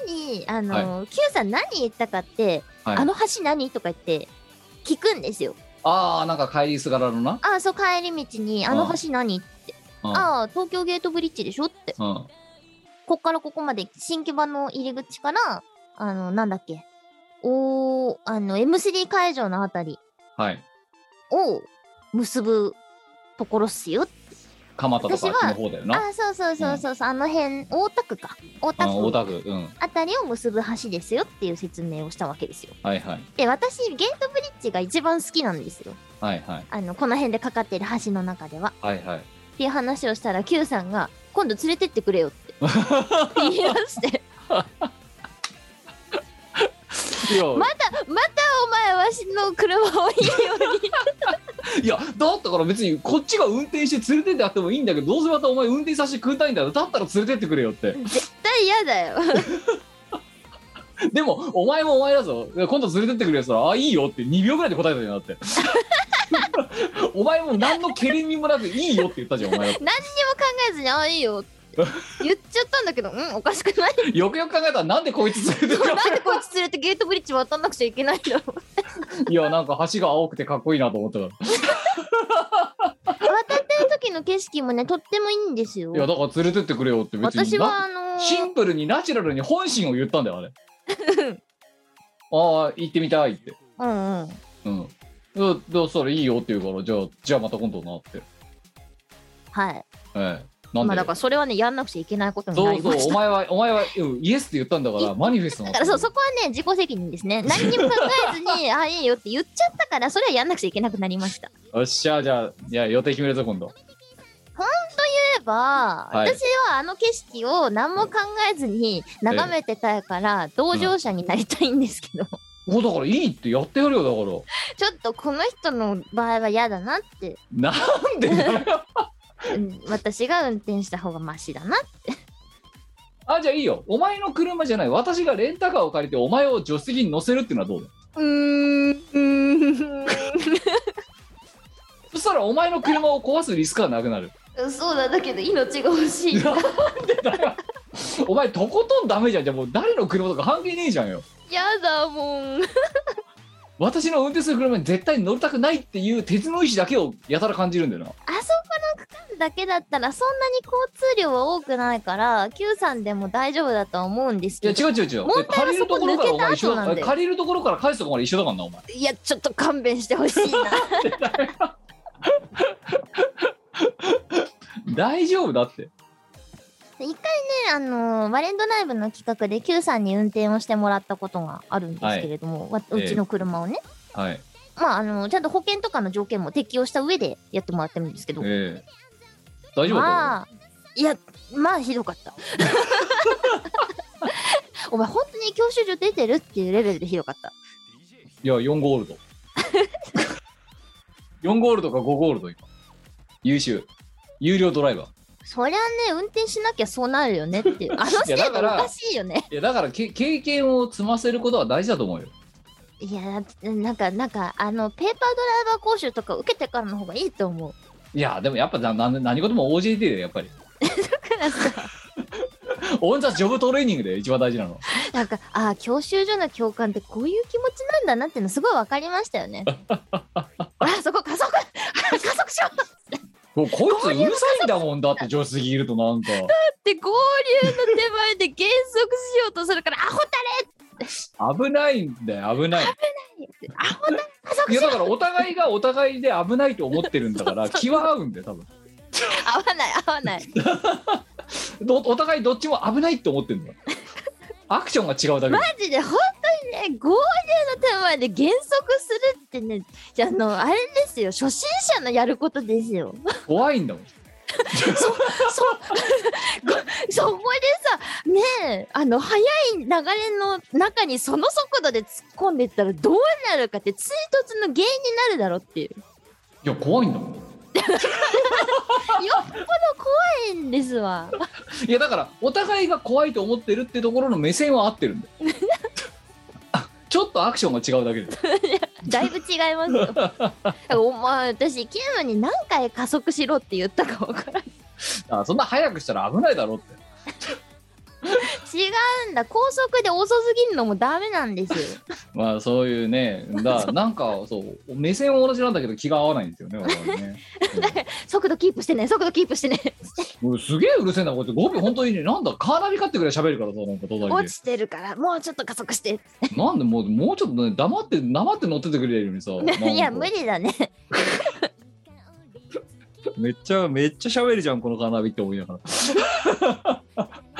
[SPEAKER 4] てにあの、Q さん何言ったかって、
[SPEAKER 3] はい
[SPEAKER 4] あの橋何とか言って聞くんですよ
[SPEAKER 3] ああなんか帰りすがらのな
[SPEAKER 4] ああそう帰り道にあの橋何
[SPEAKER 3] うん
[SPEAKER 4] ああ東京ゲートブリッジでしょって
[SPEAKER 3] うん
[SPEAKER 4] こっからここまで新木場の入り口からあのなんだっけおーあの M3 会場のあたり
[SPEAKER 3] はい
[SPEAKER 4] を結ぶところっすよ
[SPEAKER 3] 蒲田とかあっちの方だよな
[SPEAKER 4] あそうそうそうそうそう、あの辺大田区か大田
[SPEAKER 3] うん大
[SPEAKER 4] 区
[SPEAKER 3] 田区うん
[SPEAKER 4] あたりを結ぶ橋ですよっていう説明をしたわけですよ
[SPEAKER 3] はいはい
[SPEAKER 4] で私ゲートブリッジが一番好きなんですよ
[SPEAKER 3] はいはい
[SPEAKER 4] あのこの辺でかかってる橋の中では
[SPEAKER 3] はいはい
[SPEAKER 4] っていう話をしたら Q さんが今度連れてってくれよって言い出して
[SPEAKER 3] いや
[SPEAKER 4] またまたお前わしの車をいいように
[SPEAKER 3] いやだったから別にこっちが運転して連れてってあってもいいんだけどどうせまたお前運転させてくれたいんだよだったら連れてってくれよって
[SPEAKER 4] 絶対嫌だよ
[SPEAKER 3] でもお前もお前だぞ今度連れてってくれよそらあいいよって2秒ぐらいで答えたじゃんだって お前も何のけれみもなくいいよって言ったじゃんお前だって
[SPEAKER 4] 何にも考えずに「あいいよ」って言っちゃったんだけど「うんおかしくない?」
[SPEAKER 3] よくよく考えたらなんでこいつ連れてってく
[SPEAKER 4] なんでこいつ連れてゲートブリッジ渡んなくちゃいけないんだろう
[SPEAKER 3] れいやなんか橋が青くてかっこいいなと思ったか
[SPEAKER 4] 渡ってる時の景色もねとってもいいんですよ
[SPEAKER 3] らいやだから連れてってくれよって別に
[SPEAKER 4] 私
[SPEAKER 3] な
[SPEAKER 4] はあのー
[SPEAKER 3] シンプルにナチュラルに本心を言ったんだよ あれああ行ってみたいって
[SPEAKER 4] うんうん
[SPEAKER 3] うん。だだそれいいよって言うから、じゃあ、じゃあまた今度なって。
[SPEAKER 4] はい
[SPEAKER 3] ええ。なん
[SPEAKER 4] ま
[SPEAKER 3] で、
[SPEAKER 4] あだからそれはねやんなくちゃいけないことにな
[SPEAKER 3] そ
[SPEAKER 4] り
[SPEAKER 3] う
[SPEAKER 4] ま
[SPEAKER 3] そう、
[SPEAKER 4] し
[SPEAKER 3] お
[SPEAKER 4] た
[SPEAKER 3] 前は、お前は、うんイエスって言ったんだから、マニフェストなん
[SPEAKER 4] だからそうそこはね自己責任です ね何にも考えずに「あいいよ」って言っちゃったからそれはやんなくちゃいけなくなりま した
[SPEAKER 3] よっしゃ、じゃあ、いや、予定決めるぞ、今度。
[SPEAKER 4] 例えば、
[SPEAKER 3] はい
[SPEAKER 4] 私はあの景色を何も考えずに眺めてたいから、同乗者になりたいんですけど、
[SPEAKER 3] おだからいいってやってやるよ、だか
[SPEAKER 4] ちょっとこの人の場合は嫌だなって、
[SPEAKER 3] ら。なんでだよ
[SPEAKER 4] うん私が運転した方がマシだな
[SPEAKER 3] あ、じゃあいいよ。お前の車じゃない。私がレンタカーを借りて、お前を助手席に乗せるっていうのはどうだ
[SPEAKER 4] うーんうー
[SPEAKER 3] そしたら、お前の車を壊すリスクはなく なる。
[SPEAKER 4] んそうだだけど命が欲しい
[SPEAKER 3] だからお前、とことんダメじゃん。じゃあもう、誰の車とか関係ねえじゃんよ。
[SPEAKER 4] 嫌だもん
[SPEAKER 3] 私の運転する車に絶対乗りたくないっていう鉄の意志だけをやたら感じるんだよな。
[SPEAKER 4] あそこの区間だけだったらそんなに交通量は多くないから Q さんでも大丈夫だとは思うんです
[SPEAKER 3] いや
[SPEAKER 4] けど
[SPEAKER 3] 違う違う違う。
[SPEAKER 4] 問題は
[SPEAKER 3] で借りるところからお前一
[SPEAKER 4] そこ抜けた後
[SPEAKER 3] 緒
[SPEAKER 4] なんだよ
[SPEAKER 3] 借りるところから返すところまで一緒だからなお前。
[SPEAKER 4] いやちょっと勘弁してほしいな
[SPEAKER 3] 大丈夫だって。
[SPEAKER 4] 一回ねあのバレンドナイブの企画で Q さんに運転をしてもらったことがあるんですけれども、わ
[SPEAKER 3] ええ
[SPEAKER 4] うちの車をね、
[SPEAKER 3] はい。
[SPEAKER 4] まああのちゃんと保険とかの条件も適用した上でやってもらってるんですけど、
[SPEAKER 3] ええ大丈夫
[SPEAKER 4] ま
[SPEAKER 3] だ
[SPEAKER 4] あいやまあひどかった お前本当に教習所出てるっていうレベルでひどかった
[SPEAKER 3] と思う。いや4ゴール ド。4ゴールドか5ゴールド今。優秀。有料ドライバー。
[SPEAKER 4] そりゃね運転しなきゃそうなるよねって いうあの制
[SPEAKER 3] いやだ
[SPEAKER 4] 度
[SPEAKER 3] か
[SPEAKER 4] お
[SPEAKER 3] ら
[SPEAKER 4] かしいよね
[SPEAKER 3] いやだからけ経験を積ませることは大事だと思うよ。
[SPEAKER 4] いやだってなんかなんかあのペーパードライバー講習とか受けてからの方がいいと思う
[SPEAKER 3] いやでもやっぱなな何事も OJT だよやっぱり。
[SPEAKER 4] だからさ
[SPEAKER 3] オンザジョブトレーニングで一番大事なの。
[SPEAKER 4] なんかああ教習所の教官ってこういう気持ちなんだなっていうのすごい分かりました よねあそこ加速 あ加速しようっ
[SPEAKER 3] もうこいつうるさいんだもんだって助手席いるとなんか
[SPEAKER 4] て合流の手前で減速しようとするからアホだ
[SPEAKER 3] 危ないんだよ危ない
[SPEAKER 4] れってアホだれ加速
[SPEAKER 3] いや
[SPEAKER 4] しよ
[SPEAKER 3] だからお互いがお互いで危ないと思ってるんだから気は合うんだよ多分
[SPEAKER 4] う合わない合わない
[SPEAKER 3] どお互いどっちも危ないって思ってるんだよアクションが違うだけ
[SPEAKER 4] マジで本当にね合流の手前で減速するってねいやあのあれですよ初心者のやることですよ
[SPEAKER 3] 怖いんだ もん
[SPEAKER 4] そそこでさねえあの速い流れの中にその速度で突っ込んでったらどうなるかって追突の原因になるだろうっていうよ
[SPEAKER 3] いや怖いんだもん
[SPEAKER 4] っぽど怖いんですわ
[SPEAKER 3] いやだからお互いが怖いと思ってるってところの目線は合ってるんだよ あちょっとアクションが違うだけで
[SPEAKER 4] だいぶ違いますよだからお前私キムに何回加速しろって言ったか分からない
[SPEAKER 3] あそんな早くしたら危ないだろうって
[SPEAKER 4] 違うんだ高速で遅すぎるのもダメなんですよ
[SPEAKER 3] まあ そういうねだなんかそう目線は同じなんだけど気が合わないんですよね我々ね、
[SPEAKER 4] 速度キープしてね速度キープしてね
[SPEAKER 3] うん俺すげえうるせえなこいつ語尾本当にねなんだカーナビかってくらい喋るからさなんか東大
[SPEAKER 4] 落ちてるからもうちょっと加速して
[SPEAKER 3] でなんでもうもうちょっとね黙って黙って乗っててくれるの にさ
[SPEAKER 4] いや無
[SPEAKER 3] 理
[SPEAKER 4] 理だね
[SPEAKER 3] めっちゃめっちゃ喋るじゃんこのカーナビって思いなが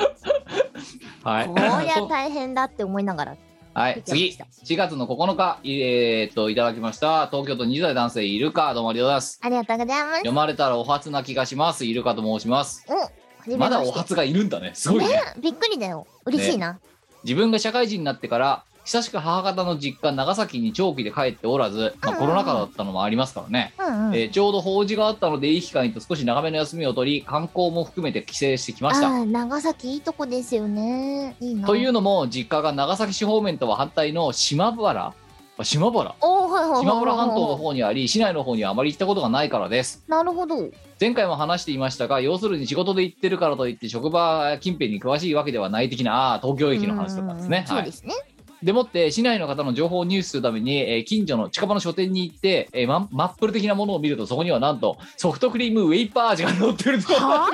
[SPEAKER 3] らはい
[SPEAKER 4] こ りゃ大変だって思いながら
[SPEAKER 3] はい、次、4月の9日、えーっと、いた だきました。東京都20代男性、イルカ、どうもありがとうございます。
[SPEAKER 4] ありがとうございます。
[SPEAKER 3] 読まれたらお初な気がします。イルカと申します。
[SPEAKER 4] お、はじめ
[SPEAKER 3] まだ
[SPEAKER 4] し
[SPEAKER 3] お
[SPEAKER 4] て
[SPEAKER 3] 初がいるんだね。すごいね。
[SPEAKER 4] びっくりだよ。嬉しいな。
[SPEAKER 3] 自分が社会人になってから、久しく母方の実家、長崎に長期で帰っておらず、まあ、
[SPEAKER 4] うん
[SPEAKER 3] コロナ禍だったのもありますからね。
[SPEAKER 4] うんうん。
[SPEAKER 3] えーちょうど法事があったので、いい機会にと少し長めの休みを取り、観光も含めて帰省してきました。
[SPEAKER 4] ああ、長崎いいとこですよね。いいな。
[SPEAKER 3] というのも、実家が長崎市方面とは反対の島原あ島原
[SPEAKER 4] おーはいはいはいはいはい。
[SPEAKER 3] 島原半島の方にあり市内の方にはあまり行ったことがないからです
[SPEAKER 4] なるほど。
[SPEAKER 3] 前回も話していましたが要するに仕事で行ってるからといって職場近辺に詳しいわけではない的なあー東京駅の話とかですね
[SPEAKER 4] うん
[SPEAKER 3] は
[SPEAKER 4] そうで
[SPEAKER 3] い、
[SPEAKER 4] すね。
[SPEAKER 3] でもって市内の方の情報を入手するために、えー近所の近場の書店に行って、えーマンマップル的なものを見るとそこにはなんとソフトクリームウェイパー味が載ってると
[SPEAKER 4] は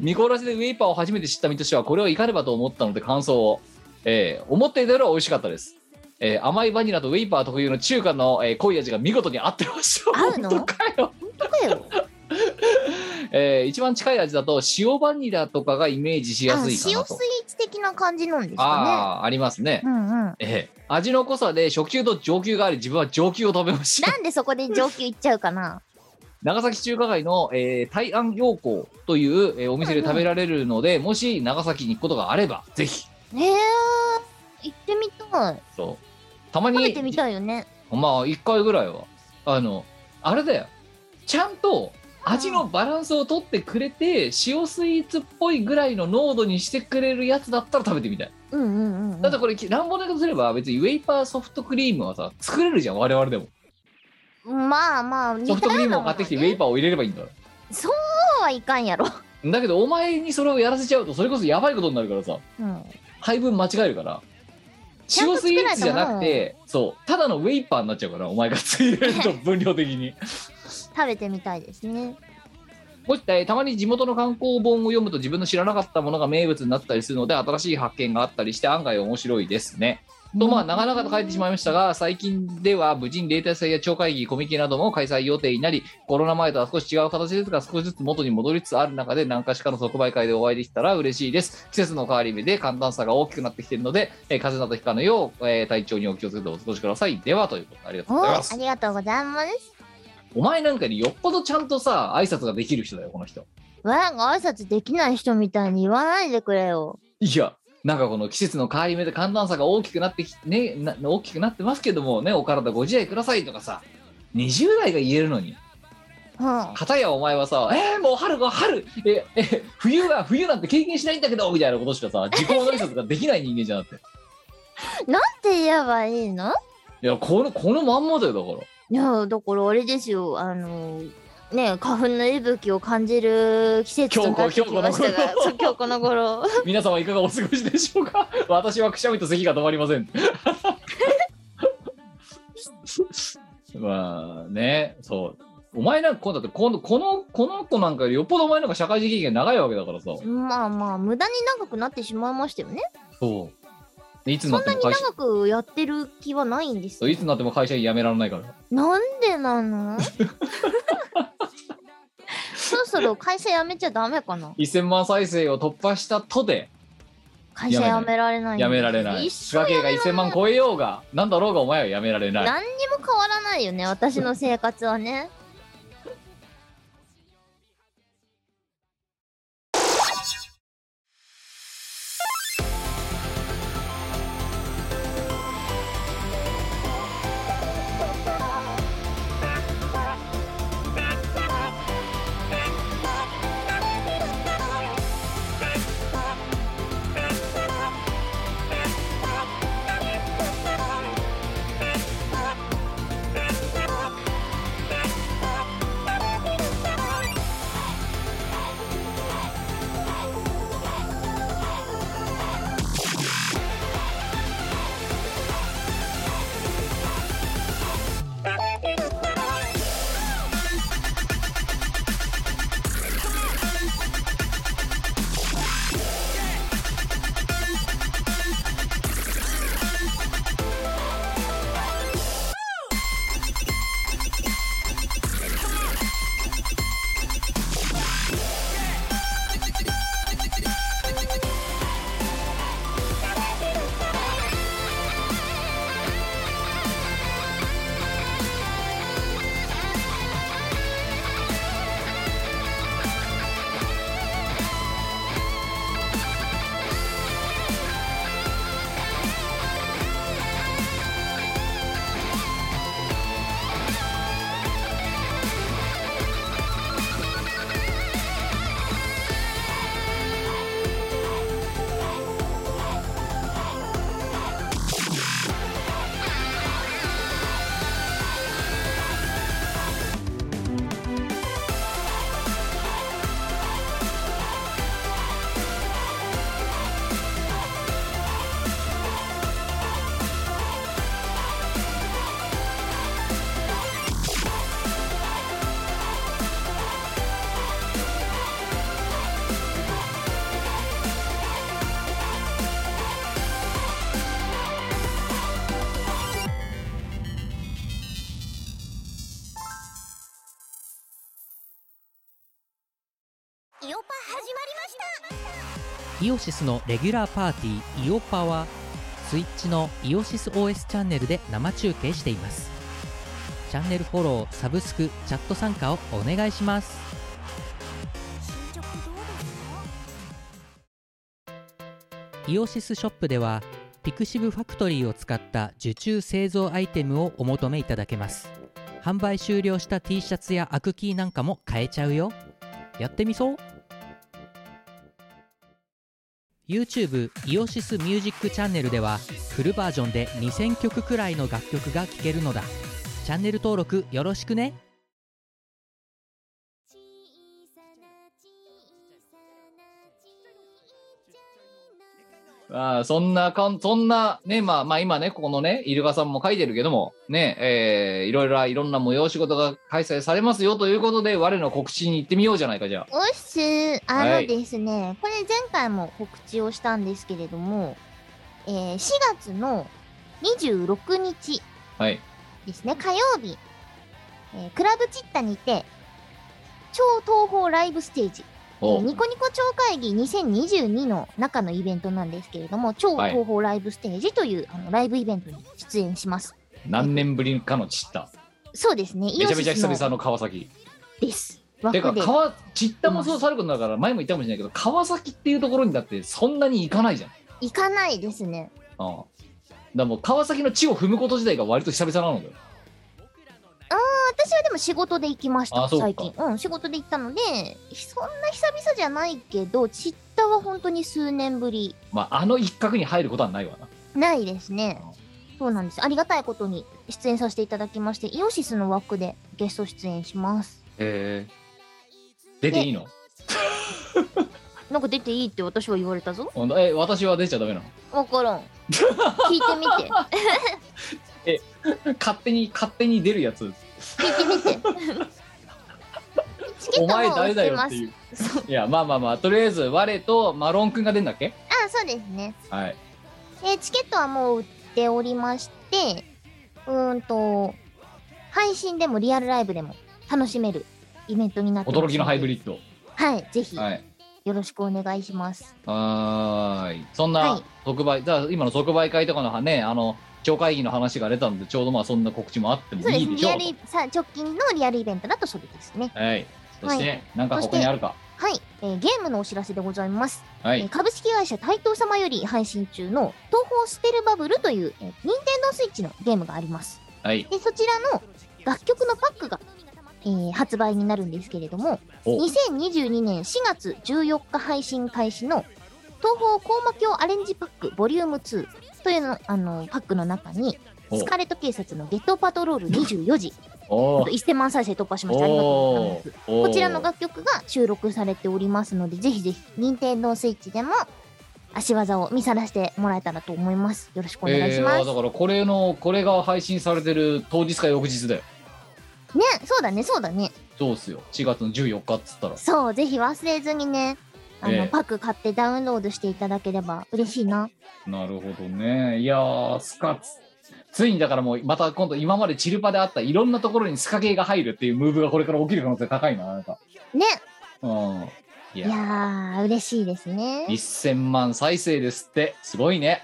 [SPEAKER 3] 見殺しでウェイパーを初めて知った身としてはこれをいかればと思ったので感想を、えー思っていたよりは美味しかったです、えー甘いバニラとウェイパー特有の中華の、えー濃い味が見事に合ってました
[SPEAKER 4] 合うの
[SPEAKER 3] 本当かよ、
[SPEAKER 4] あ。どこよ。
[SPEAKER 3] えー一番近い味だと塩バニラとかがイメージしや
[SPEAKER 4] あ、
[SPEAKER 3] す
[SPEAKER 4] 塩
[SPEAKER 3] い
[SPEAKER 4] ス
[SPEAKER 3] か
[SPEAKER 4] イ
[SPEAKER 3] な
[SPEAKER 4] ー
[SPEAKER 3] と
[SPEAKER 4] ツ的な感じなんですか
[SPEAKER 3] ああーありますね、
[SPEAKER 4] ね。うん うん。
[SPEAKER 3] ええ味の濃さで初級と上級があり自分は上級を食べました
[SPEAKER 4] なんでそこで上級いっちゃうかな。
[SPEAKER 3] 長崎中華街の、えー、大安陽光という、えーお店で食べられるので、もし長崎に行くことがあればぜひ
[SPEAKER 4] ねえ。行ってみたい。
[SPEAKER 3] そうたまに
[SPEAKER 4] 食べてみたいよね。
[SPEAKER 3] まあ1回ぐらいはあのあれだよちゃんと味のバランスをとってくれて塩スイーツっぽいぐらいの濃度にしてくれるやつだったら食べてみたい
[SPEAKER 4] うんうんうんうん。
[SPEAKER 3] だってこれ乱暴なことすれば別にウェイパーソフトクリームはさ作れるじゃん我々でも
[SPEAKER 4] まあまあ。
[SPEAKER 3] ソフトクリームを買ってきてウェイパーを入れればいいんだか
[SPEAKER 4] そうはいかんやろ。
[SPEAKER 3] らだけどお前にそれをやらせちゃうとそれこそやばいことになるからさ
[SPEAKER 4] うん。
[SPEAKER 3] 配分間違えるから
[SPEAKER 4] ちゃんと
[SPEAKER 3] 塩ス
[SPEAKER 4] 作
[SPEAKER 3] イ
[SPEAKER 4] ら
[SPEAKER 3] ー
[SPEAKER 4] れたもの
[SPEAKER 3] ツじゃなくてそうただのウェイパーになっちゃうからお前がついれると分量的に
[SPEAKER 4] 食べてみたいですね。
[SPEAKER 3] もし、えーたまに地元の観光本を読むと自分の知らなかったものが名物になったりするので新しい発見があったりして案外面白いですね。とまあ長々と書いてしまいましたが最近では無事に例大祭や町会議コミケなども開催予定になりコロナ前とは少し違う形ですが少しずつ元に戻りつつある中で何かしかの即売会でお会いできたら嬉しいです季節の変わり目で寒暖差が大きくなってきているので、えー風邪などひかぬよう、えー体調にお気をつけてお過ごしくださいではということでありがとう
[SPEAKER 4] お
[SPEAKER 3] ござい
[SPEAKER 4] あ
[SPEAKER 3] ます
[SPEAKER 4] りがとうございます。
[SPEAKER 3] お前なんかによっぽどちゃんとさ挨拶ができる人だよこの人
[SPEAKER 4] わが挨拶できない人みたいに言わないでくれよ。
[SPEAKER 3] いや、なんかこの季節の変わり目で寒暖差が大きくなってき、ね、な大きくなってますけどもね、お体ご自愛くださいとかさ、20代が言えるのに、
[SPEAKER 4] うん、あ
[SPEAKER 3] 片やお前はさ、えー、もう春が春、え、え、冬は冬なんて経験しないんだけど、みたいなことしかさ、自己の挨拶ができない人間じゃなくて。
[SPEAKER 4] って言えばいいの
[SPEAKER 3] いや、この、このまんまだよ、だから。
[SPEAKER 4] いやだからあれですよあのね花粉の息吹を感じる季節となってきましたがそう今日この頃
[SPEAKER 3] 皆様いかがお過ごしでしょうか 私はくしゃみと咳が止まりません まあねそうお前なんか今度だって今度このこの子なんかよりよっぽどお前なんか社会人経験長いわけだからさ
[SPEAKER 4] まあまあ無駄に長くなってしまいましたよね
[SPEAKER 3] そうでいつにな
[SPEAKER 4] そ
[SPEAKER 3] んって
[SPEAKER 4] な
[SPEAKER 3] も会
[SPEAKER 4] に
[SPEAKER 3] 社
[SPEAKER 4] 長くやってる気はないんです
[SPEAKER 3] そう
[SPEAKER 4] よ
[SPEAKER 3] いつになっても会社員辞められないから
[SPEAKER 4] なんで なのそろそろ会社辞めちゃダメかな
[SPEAKER 3] 1000万再生を突破したとで
[SPEAKER 4] 会社辞められない
[SPEAKER 3] 辞められない
[SPEAKER 4] 一
[SPEAKER 3] 仕
[SPEAKER 4] 生
[SPEAKER 3] 掛
[SPEAKER 4] や
[SPEAKER 3] けが1000万超えようが何だろうがお前は辞められない
[SPEAKER 4] 何にも変わらないよね私の生活はね
[SPEAKER 1] イオパ始まりました
[SPEAKER 2] イオシスのレギュラーパーティー「イオパ」はスイッチのイオシス OS チャンネルで生中継していますチャンネルフォローサブスクチャット参加をお願いします
[SPEAKER 1] 進捗どうですか
[SPEAKER 2] イオシスショップではピクシブファクトリーを使った受注製造アイテムをお求めいただけます販売終了した T シャツやアクキーなんかも買えちゃうよやってみそう YouTube イオシスミュージックチャンネルではフルバージョンで2000曲くらいの楽曲が聴けるのだチャンネル登録よろしくね
[SPEAKER 1] 小さな小さなちっちゃいな
[SPEAKER 3] あーそんなかん、そんな、ね、まあ、まあ今ね、ここのね、イルカさんも書いてるけども、ね、えーいろいろな、いろんな催し事が開催されますよということで、我の告知に行ってみようじゃないか、じゃ
[SPEAKER 4] おっすーあ
[SPEAKER 3] は
[SPEAKER 4] の
[SPEAKER 3] い
[SPEAKER 4] ですね、これ前回も告知をしたんですけれども、えー4月の26日
[SPEAKER 3] あ。はい。
[SPEAKER 4] ですね火曜日、えークラブチッタにて超東宝ライブステージ
[SPEAKER 3] お
[SPEAKER 4] ニコニコ超会議2022の中のイベントなんですけれども超東宝ライブステージという、あのライブイベントに出演します
[SPEAKER 3] 何年ぶりかのちった。
[SPEAKER 4] そうですね
[SPEAKER 3] めちゃめちゃ久
[SPEAKER 4] イオシス
[SPEAKER 3] 々
[SPEAKER 4] の
[SPEAKER 3] の川崎。
[SPEAKER 4] です
[SPEAKER 3] て
[SPEAKER 4] 枠
[SPEAKER 3] か、
[SPEAKER 4] で
[SPEAKER 3] 川、ちったもそうさることだから、前も言ったかもしれないけど、川崎っていうところにだって、そんなに行かないじゃん。
[SPEAKER 4] 行かないですね
[SPEAKER 3] ああ。だからもう川崎の地を踏むこと自体が割と久々なのだよ。
[SPEAKER 4] 私はでも仕事で行きました
[SPEAKER 3] あそうか
[SPEAKER 4] 最近うん仕事で行ったのでそんな久々じゃないけどちったは本当に数年ぶり
[SPEAKER 3] まあ、あの一角に入ることはないわな。
[SPEAKER 4] ないですね
[SPEAKER 3] あ
[SPEAKER 4] そうなんですありがたいことに出演させていただきましてイオシスの枠でゲスト出演します
[SPEAKER 3] えー出ていいの
[SPEAKER 4] なんか出ていいって私は言われたぞ
[SPEAKER 3] ほんとえ私は出ちゃダメなの
[SPEAKER 4] 分からん聞いてみて
[SPEAKER 3] 勝手に勝手に出るやつ
[SPEAKER 4] 聞いてみてチケ
[SPEAKER 3] お
[SPEAKER 4] ット
[SPEAKER 3] 前
[SPEAKER 4] もう売
[SPEAKER 3] 誰
[SPEAKER 4] っ
[SPEAKER 3] だ
[SPEAKER 4] て
[SPEAKER 3] よ
[SPEAKER 4] ま
[SPEAKER 3] っ
[SPEAKER 4] す
[SPEAKER 3] ていう
[SPEAKER 4] そう
[SPEAKER 3] いやまあまあまあとりあえず我とマロンくんが出んだっけ
[SPEAKER 4] あそうですね
[SPEAKER 3] はい
[SPEAKER 4] えーチケットはもう売っておりましてうーんと配信でもリアルライブでも楽しめるイベントになってます
[SPEAKER 3] 驚きのハイブリッド
[SPEAKER 4] はいぜひ
[SPEAKER 3] は
[SPEAKER 4] よ
[SPEAKER 3] い
[SPEAKER 4] ろしくお願いします、
[SPEAKER 3] はーいそん
[SPEAKER 4] は
[SPEAKER 3] ない特売、じゃあ今の特売会とかのねあの超会議の話が出たんでちょうどまあそんな告知もあっても
[SPEAKER 4] そう
[SPEAKER 3] い
[SPEAKER 4] で
[SPEAKER 3] い
[SPEAKER 4] す
[SPEAKER 3] でし
[SPEAKER 4] リ
[SPEAKER 3] ょ
[SPEAKER 4] ア
[SPEAKER 3] う
[SPEAKER 4] ルイさ直近のリアルイベントだとそれですね
[SPEAKER 3] とはいそして、
[SPEAKER 4] は
[SPEAKER 3] なんか他にあるか
[SPEAKER 4] はい、えーゲームのお知らせでございます、
[SPEAKER 3] は
[SPEAKER 4] えー
[SPEAKER 3] い
[SPEAKER 4] 株式会社タイトー様より配信中の東宝スペルバブルという、えー、任天堂スイッチのゲームがあります
[SPEAKER 3] はい
[SPEAKER 4] でそちらの楽曲のパックが、えー発売になるんですけれども
[SPEAKER 3] お
[SPEAKER 4] 2022年4月14日配信開始の東宝高魔教アレンジパックボリューム2というのあのパックの中に
[SPEAKER 3] お
[SPEAKER 4] スカーレット警察のゲットパトロール24時
[SPEAKER 3] おー
[SPEAKER 4] 1000万再生突破しましたありがとうございま
[SPEAKER 3] お
[SPEAKER 4] す
[SPEAKER 3] ー
[SPEAKER 4] こちらの楽曲が収録されておりますのでぜひぜひ任天堂スイッチでも足技を見さらしてもらえたらと思いますよろしくお願いし
[SPEAKER 3] え
[SPEAKER 4] ます、
[SPEAKER 3] ーだからこれのこれが配信されてる当日か翌日だよ
[SPEAKER 4] ねそうだねそうだね
[SPEAKER 3] そうっすよ4月の14日っつったら
[SPEAKER 4] そう、ぜひ忘れずにね、あの、
[SPEAKER 3] ええ
[SPEAKER 4] パック買ってダウンロードしていただければ嬉しいな。
[SPEAKER 3] なるほどねいやースカつついにだからもうまた今度今までチルパであったいろんなところにスカ系が入るっていうムーブがこれから起きる可能性高いななんか
[SPEAKER 4] ね、
[SPEAKER 3] うんい
[SPEAKER 4] い
[SPEAKER 3] や
[SPEAKER 4] やー、嬉しいですね。
[SPEAKER 3] 1000万再生ですってすごいね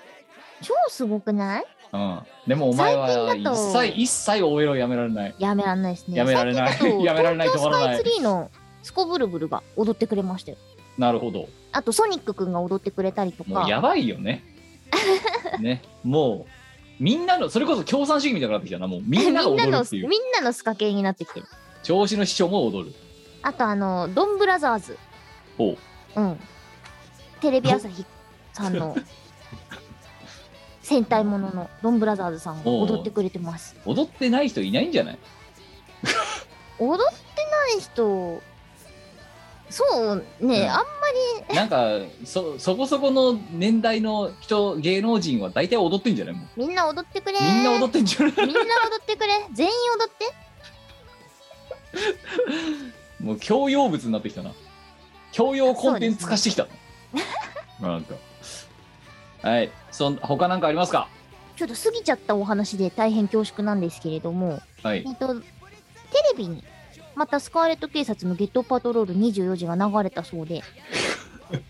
[SPEAKER 4] 超すごくない
[SPEAKER 3] うんでもお前は
[SPEAKER 4] 最近だ
[SPEAKER 3] 一
[SPEAKER 4] と
[SPEAKER 3] 切一切応援をやめられない
[SPEAKER 4] やめられないですね。
[SPEAKER 3] やめられない
[SPEAKER 4] 最 近だと
[SPEAKER 3] やめられない
[SPEAKER 4] 東京
[SPEAKER 3] 止まら
[SPEAKER 4] ス
[SPEAKER 3] な
[SPEAKER 4] カ
[SPEAKER 3] い
[SPEAKER 4] イツリーのスコブルブルが踊ってくれましたよ。
[SPEAKER 3] なるほど
[SPEAKER 4] あと、ソニックくんが踊ってくれたりと
[SPEAKER 3] も
[SPEAKER 4] か
[SPEAKER 3] う。やばいよ ねねもうみんなのそれこそ共産主義みたいになってきたなもうみ
[SPEAKER 4] み
[SPEAKER 3] ん
[SPEAKER 4] ん
[SPEAKER 3] なが
[SPEAKER 4] な
[SPEAKER 3] 踊る
[SPEAKER 4] の
[SPEAKER 3] っ、てい
[SPEAKER 4] み
[SPEAKER 3] うん
[SPEAKER 4] なのスカ系になってきてる。
[SPEAKER 3] 調子の師匠も踊る
[SPEAKER 4] あと、あの、ドンブラザーズ。
[SPEAKER 3] ほう
[SPEAKER 4] うん。テレビ朝日さんの 戦隊もののドンブラザーズさんが踊ってくれてます。
[SPEAKER 3] 踊ってない人いないんじゃない
[SPEAKER 4] 踊ってない人そうね、
[SPEAKER 3] うん
[SPEAKER 4] あん
[SPEAKER 3] なんかそそこそこの年代の人芸能人は大体踊ってんじゃないもう
[SPEAKER 4] みんな踊ってくれ
[SPEAKER 3] みんな踊ってんじゃない
[SPEAKER 4] みんな踊ってくれ全員踊って
[SPEAKER 3] もう教養物になってきたな教養コンテンツ化してきた、なんかはいそん他なんかありますか
[SPEAKER 4] ちょっと過ぎちゃったお話で大変恐縮なんですけれども、
[SPEAKER 3] はい
[SPEAKER 4] えっと、テレビにまたスカーレット警察の「ゲットパトロール24時」が流れたそうで、え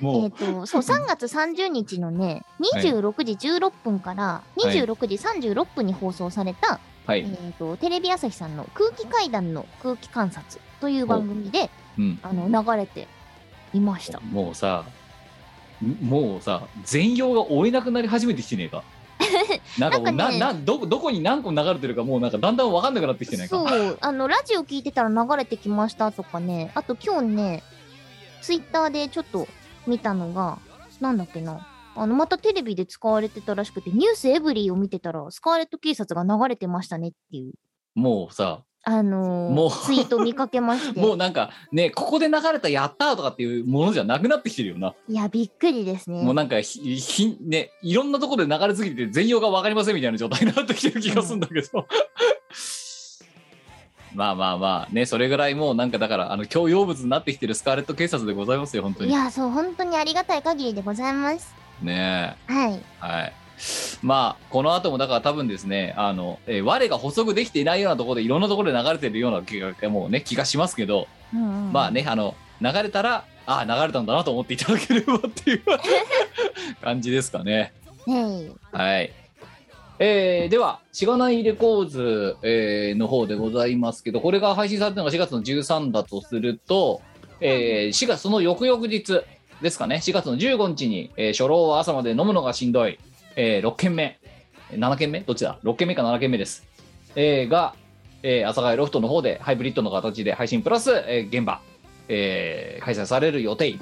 [SPEAKER 3] もう
[SPEAKER 4] っと、そう3月30日のね
[SPEAKER 3] はい
[SPEAKER 4] 26時16分から26時36分に放送された、
[SPEAKER 3] は
[SPEAKER 4] え
[SPEAKER 3] い
[SPEAKER 4] っとテレビ朝日さんの「空気階段の空気観察」という番組で
[SPEAKER 3] うん
[SPEAKER 4] あの流れていました。
[SPEAKER 3] もうさもうさ全容が追えなくなり始めてきて ねえかなんかもう
[SPEAKER 4] なん
[SPEAKER 3] な
[SPEAKER 4] かね
[SPEAKER 3] などどこに何個流れてるかもうなんかだんだん分かんなくなってきてないか
[SPEAKER 4] そう、あのラジオ聞いてたら流れてきましたとかね、あと今日ね、ツイッターでちょっと見たのが、なんだっけな。あのまたテレビで使われてたらしくて、ニュースエブリィを見てたら、スカーレット警察が流れてましたねっていう、
[SPEAKER 3] もうさ
[SPEAKER 4] あのー
[SPEAKER 3] もう
[SPEAKER 4] ツイート見かけまして、
[SPEAKER 3] もうなんかねここで流れたやったーとかっていうものじゃなくなってきてるよな、
[SPEAKER 4] いや、びっくりですね。
[SPEAKER 3] もうなんかひひねいろんなところで流れすぎて全容が分かりませんみたいな状態になってきてる気がするんだけど、まあまあまあねそれぐらいもうなんかだからあの教養物になってきてるスカーレット警察でございますよ本当
[SPEAKER 4] い
[SPEAKER 3] に
[SPEAKER 4] や、そう、本当にありがたい限りでございます。
[SPEAKER 3] ねえ
[SPEAKER 4] はい。
[SPEAKER 3] はい。まあ、この後もだから多分ですね、あの、えー我が補足できていないようなところでいろんなところで流れてるような気が、もうね、気がしますけど、
[SPEAKER 4] うんうん
[SPEAKER 3] まあね、あの、流れたら、ああ、流れたんだなと思っていただければっていう 感じですかね。
[SPEAKER 4] ねえ
[SPEAKER 3] はい。えーでは、しがないレコーズ、えーの方でございますけど、これが配信されたのが4月の13だとすると、えー4月その翌々日ですかね、4月の15日に、えー初老は朝まで飲むのがしんどい、えー6軒目、7軒目どっちだ ?6 軒目か7軒目です。えーが、えー、朝霞ロフトの方でハイブリッドの形で配信プラス、えー現場、えー開催される予定。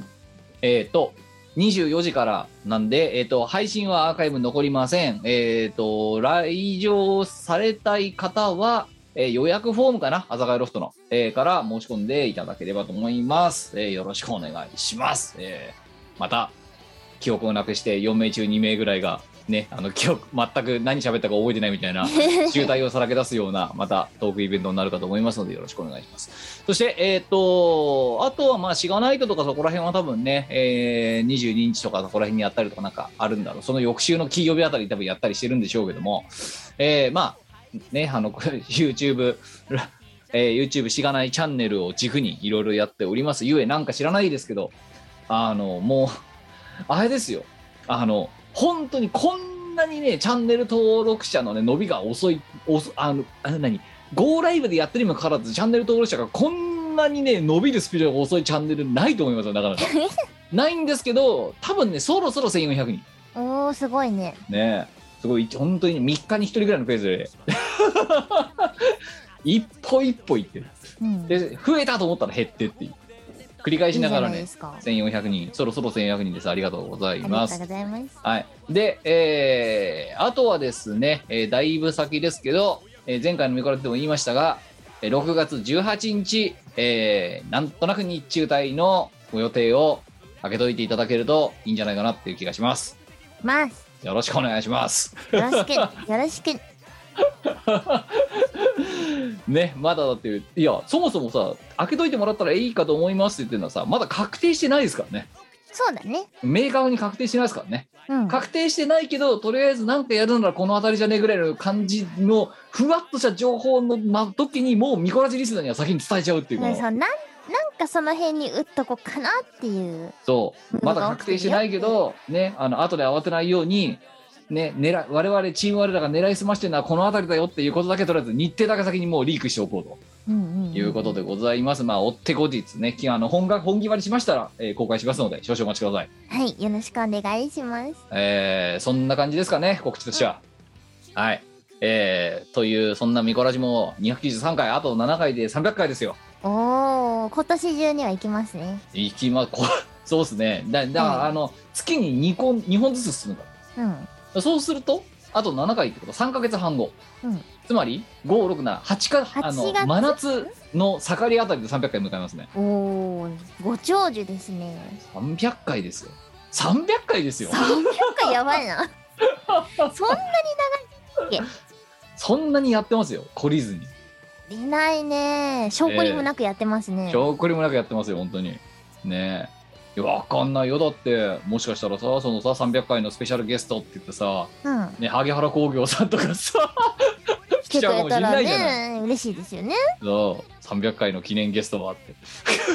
[SPEAKER 3] えーと、24時からなんで、えっと配信はアーカイブ残りません。えっと来場されたい方は、えー予約フォームかな、朝会ロフトの、えーから申し込んでいただければと思います。えーよろしくお願いします。えーまた、記憶をなくして4名中2名ぐらいが、ね、あの記憶全く何喋ったか覚えてないみたいな渋滞をさらけ出すようなまたトークイベントになるかと思いますのでよろしくお願いしますそしてえっ、とあとはまあシガナイトとかそこら辺は多分ね、えー22日とかそこら辺にやったりとかなんかあるんだろうその翌週の金曜日あたりに多分やったりしてるんでしょうけどもえーまあねあの YouTube らえー YouTube しがないチャンネルを軸にいろいろやっておりますゆえなんか知らないですけどあのもうあれですよあの本当にこんなにねチャンネル登録者のね伸びが遅い遅あのあの何 GO ライブでやってるにもかかわらずチャンネル登録者がこんなにね伸びるスピードが遅いチャンネルないと思いますよなかなかないんですけど多分ねそろそろ1400人
[SPEAKER 4] おおすごい ね
[SPEAKER 3] ねえすごい本当に3日に1人ぐらいのペースで 一歩一歩いってる
[SPEAKER 4] うん
[SPEAKER 3] で増えたと思ったら減ってっていう繰り返しながら
[SPEAKER 4] いい
[SPEAKER 3] ね
[SPEAKER 4] じゃないですか
[SPEAKER 3] 1400人そろそろ1400人ですありがとうござい
[SPEAKER 4] ありが
[SPEAKER 3] ま
[SPEAKER 4] とう
[SPEAKER 3] す
[SPEAKER 4] ございます
[SPEAKER 3] はい、で、えーあとはですね、えーだいぶ先ですけど、えー前回のミコラでも言いましたが、えー6月18日、えーなんとなく日中隊のご予定を開けといていただけるといいんじゃないかなっていう気がします。
[SPEAKER 4] ます
[SPEAKER 3] よろしくお願いします。
[SPEAKER 4] よろしくよろしく
[SPEAKER 3] ね、まだだって、いや、そもそもさ、開けといてもらったらいいかと思いますって言ってるのはさ、まだ確定してないですからね。
[SPEAKER 4] そうだね
[SPEAKER 3] 明確に確定してないですからね。
[SPEAKER 4] うん
[SPEAKER 3] 確定してないけどとりあえずなんかやるならこの辺りじゃねえぐらいの感じのふわっとした情報の、ま、時にもうミコラジリスナーには先に伝えちゃうっていうこ
[SPEAKER 4] ね
[SPEAKER 3] の
[SPEAKER 4] そうなんなんかその辺に打っとこうかなっていう
[SPEAKER 3] そうまだ確定してないけどねあの後で慌てないようにね狙い我々チーム我らが狙いすましてるのはこの辺りだよっていうことだけとりあえず日程だけ先にもうリークしておこうと
[SPEAKER 4] うんうん
[SPEAKER 3] いうことでございます、まあ追って後日ねきあの本が本決まりしましたら、えー公開しますので少々お待ちください、
[SPEAKER 4] はいよろしくお願いします
[SPEAKER 3] えーそんな感じですかね告知としては、はい。えーという、そんなミコラジも293回、あと7回で300回ですよ。
[SPEAKER 4] おお今年中には行きますね
[SPEAKER 3] いきま、こ そうですね。だだから、
[SPEAKER 4] うん
[SPEAKER 3] あの、月に2個、2本ずつ進むか
[SPEAKER 4] うん
[SPEAKER 3] ら。そうすると、あと7回ってこと、3ヶ月半後。
[SPEAKER 4] うん
[SPEAKER 3] つまり、5、6、7、8か、あ
[SPEAKER 4] 8
[SPEAKER 3] の、
[SPEAKER 4] 月
[SPEAKER 3] 真夏の盛りあたりで300回迎えますね。
[SPEAKER 4] おーご長寿ですね
[SPEAKER 3] 300回ですよ。300回ですよ。
[SPEAKER 4] なんかやば いなそんな
[SPEAKER 3] そんなにやってますよ。懲りずに。
[SPEAKER 4] にいないね証拠にもなくやってますね、
[SPEAKER 3] 証拠にもなくやってますよ本当にねえいやわかんないよだってもしかしたらさそのさ300回のスペシャルゲストって言ってさ、
[SPEAKER 4] うん
[SPEAKER 3] ね、萩原工業さんとかさ 来
[SPEAKER 4] 来て
[SPEAKER 3] ちゃ
[SPEAKER 4] く
[SPEAKER 3] うか
[SPEAKER 4] れ
[SPEAKER 3] もしたれ
[SPEAKER 4] ら
[SPEAKER 3] ないじゃない、
[SPEAKER 4] ね嬉しいですよね
[SPEAKER 3] そう300回の記念ゲストはって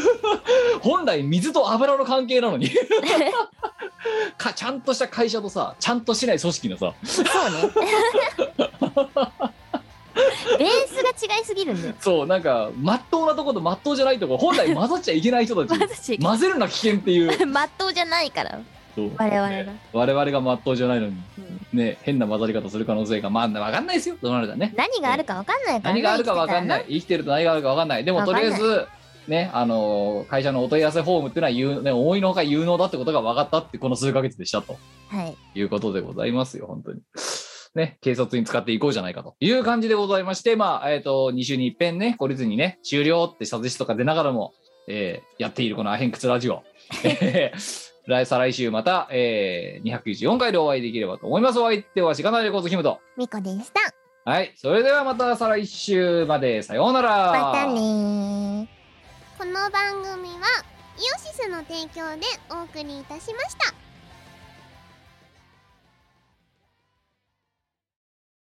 [SPEAKER 3] 本来水と油の関係なのに かちゃんとした会社とさちゃんとしない組織のさ
[SPEAKER 4] そうねベースが違いすぎるんだよ
[SPEAKER 3] そうなんかまっとうなとことまっとうじゃないとこ本来混ざっちゃいけない人た ち
[SPEAKER 4] 私
[SPEAKER 3] 混ぜるな危険っていう
[SPEAKER 4] まっとうじゃないから
[SPEAKER 3] そう
[SPEAKER 4] 我々が
[SPEAKER 3] ね我々がまっとうじゃないのに、ね変な混ざり方する可能性がまあ分かんないですよドナルドはね
[SPEAKER 4] 何があるかわかんないから、
[SPEAKER 3] 何
[SPEAKER 4] ね、
[SPEAKER 3] があるか分かんない生きてると何があるか分かんないでもとりあえずねあのー会社のお問い合わせフォームっていうのは有、ね、思いのほか有能だってことが分かったってこの数ヶ月でしたと
[SPEAKER 4] 生きてたらはい
[SPEAKER 3] いうことでございますよ本当に。ね、軽率に使っていこうじゃないかという感じでございまして、まあ、えっ、と、2週に一遍ね、懲りずにね、終了ってサジェストが出ながらも、えーやっているこのアヘンクツラ ジオ。えー来再来週また、えー、294回でお会いできればと思います。お相手はしがないレコードキムと。
[SPEAKER 4] みこでした
[SPEAKER 3] はい、それではまた再来週まで、さようなら。
[SPEAKER 4] またねー
[SPEAKER 1] この番組はイオシスの提供でお送りいたしました。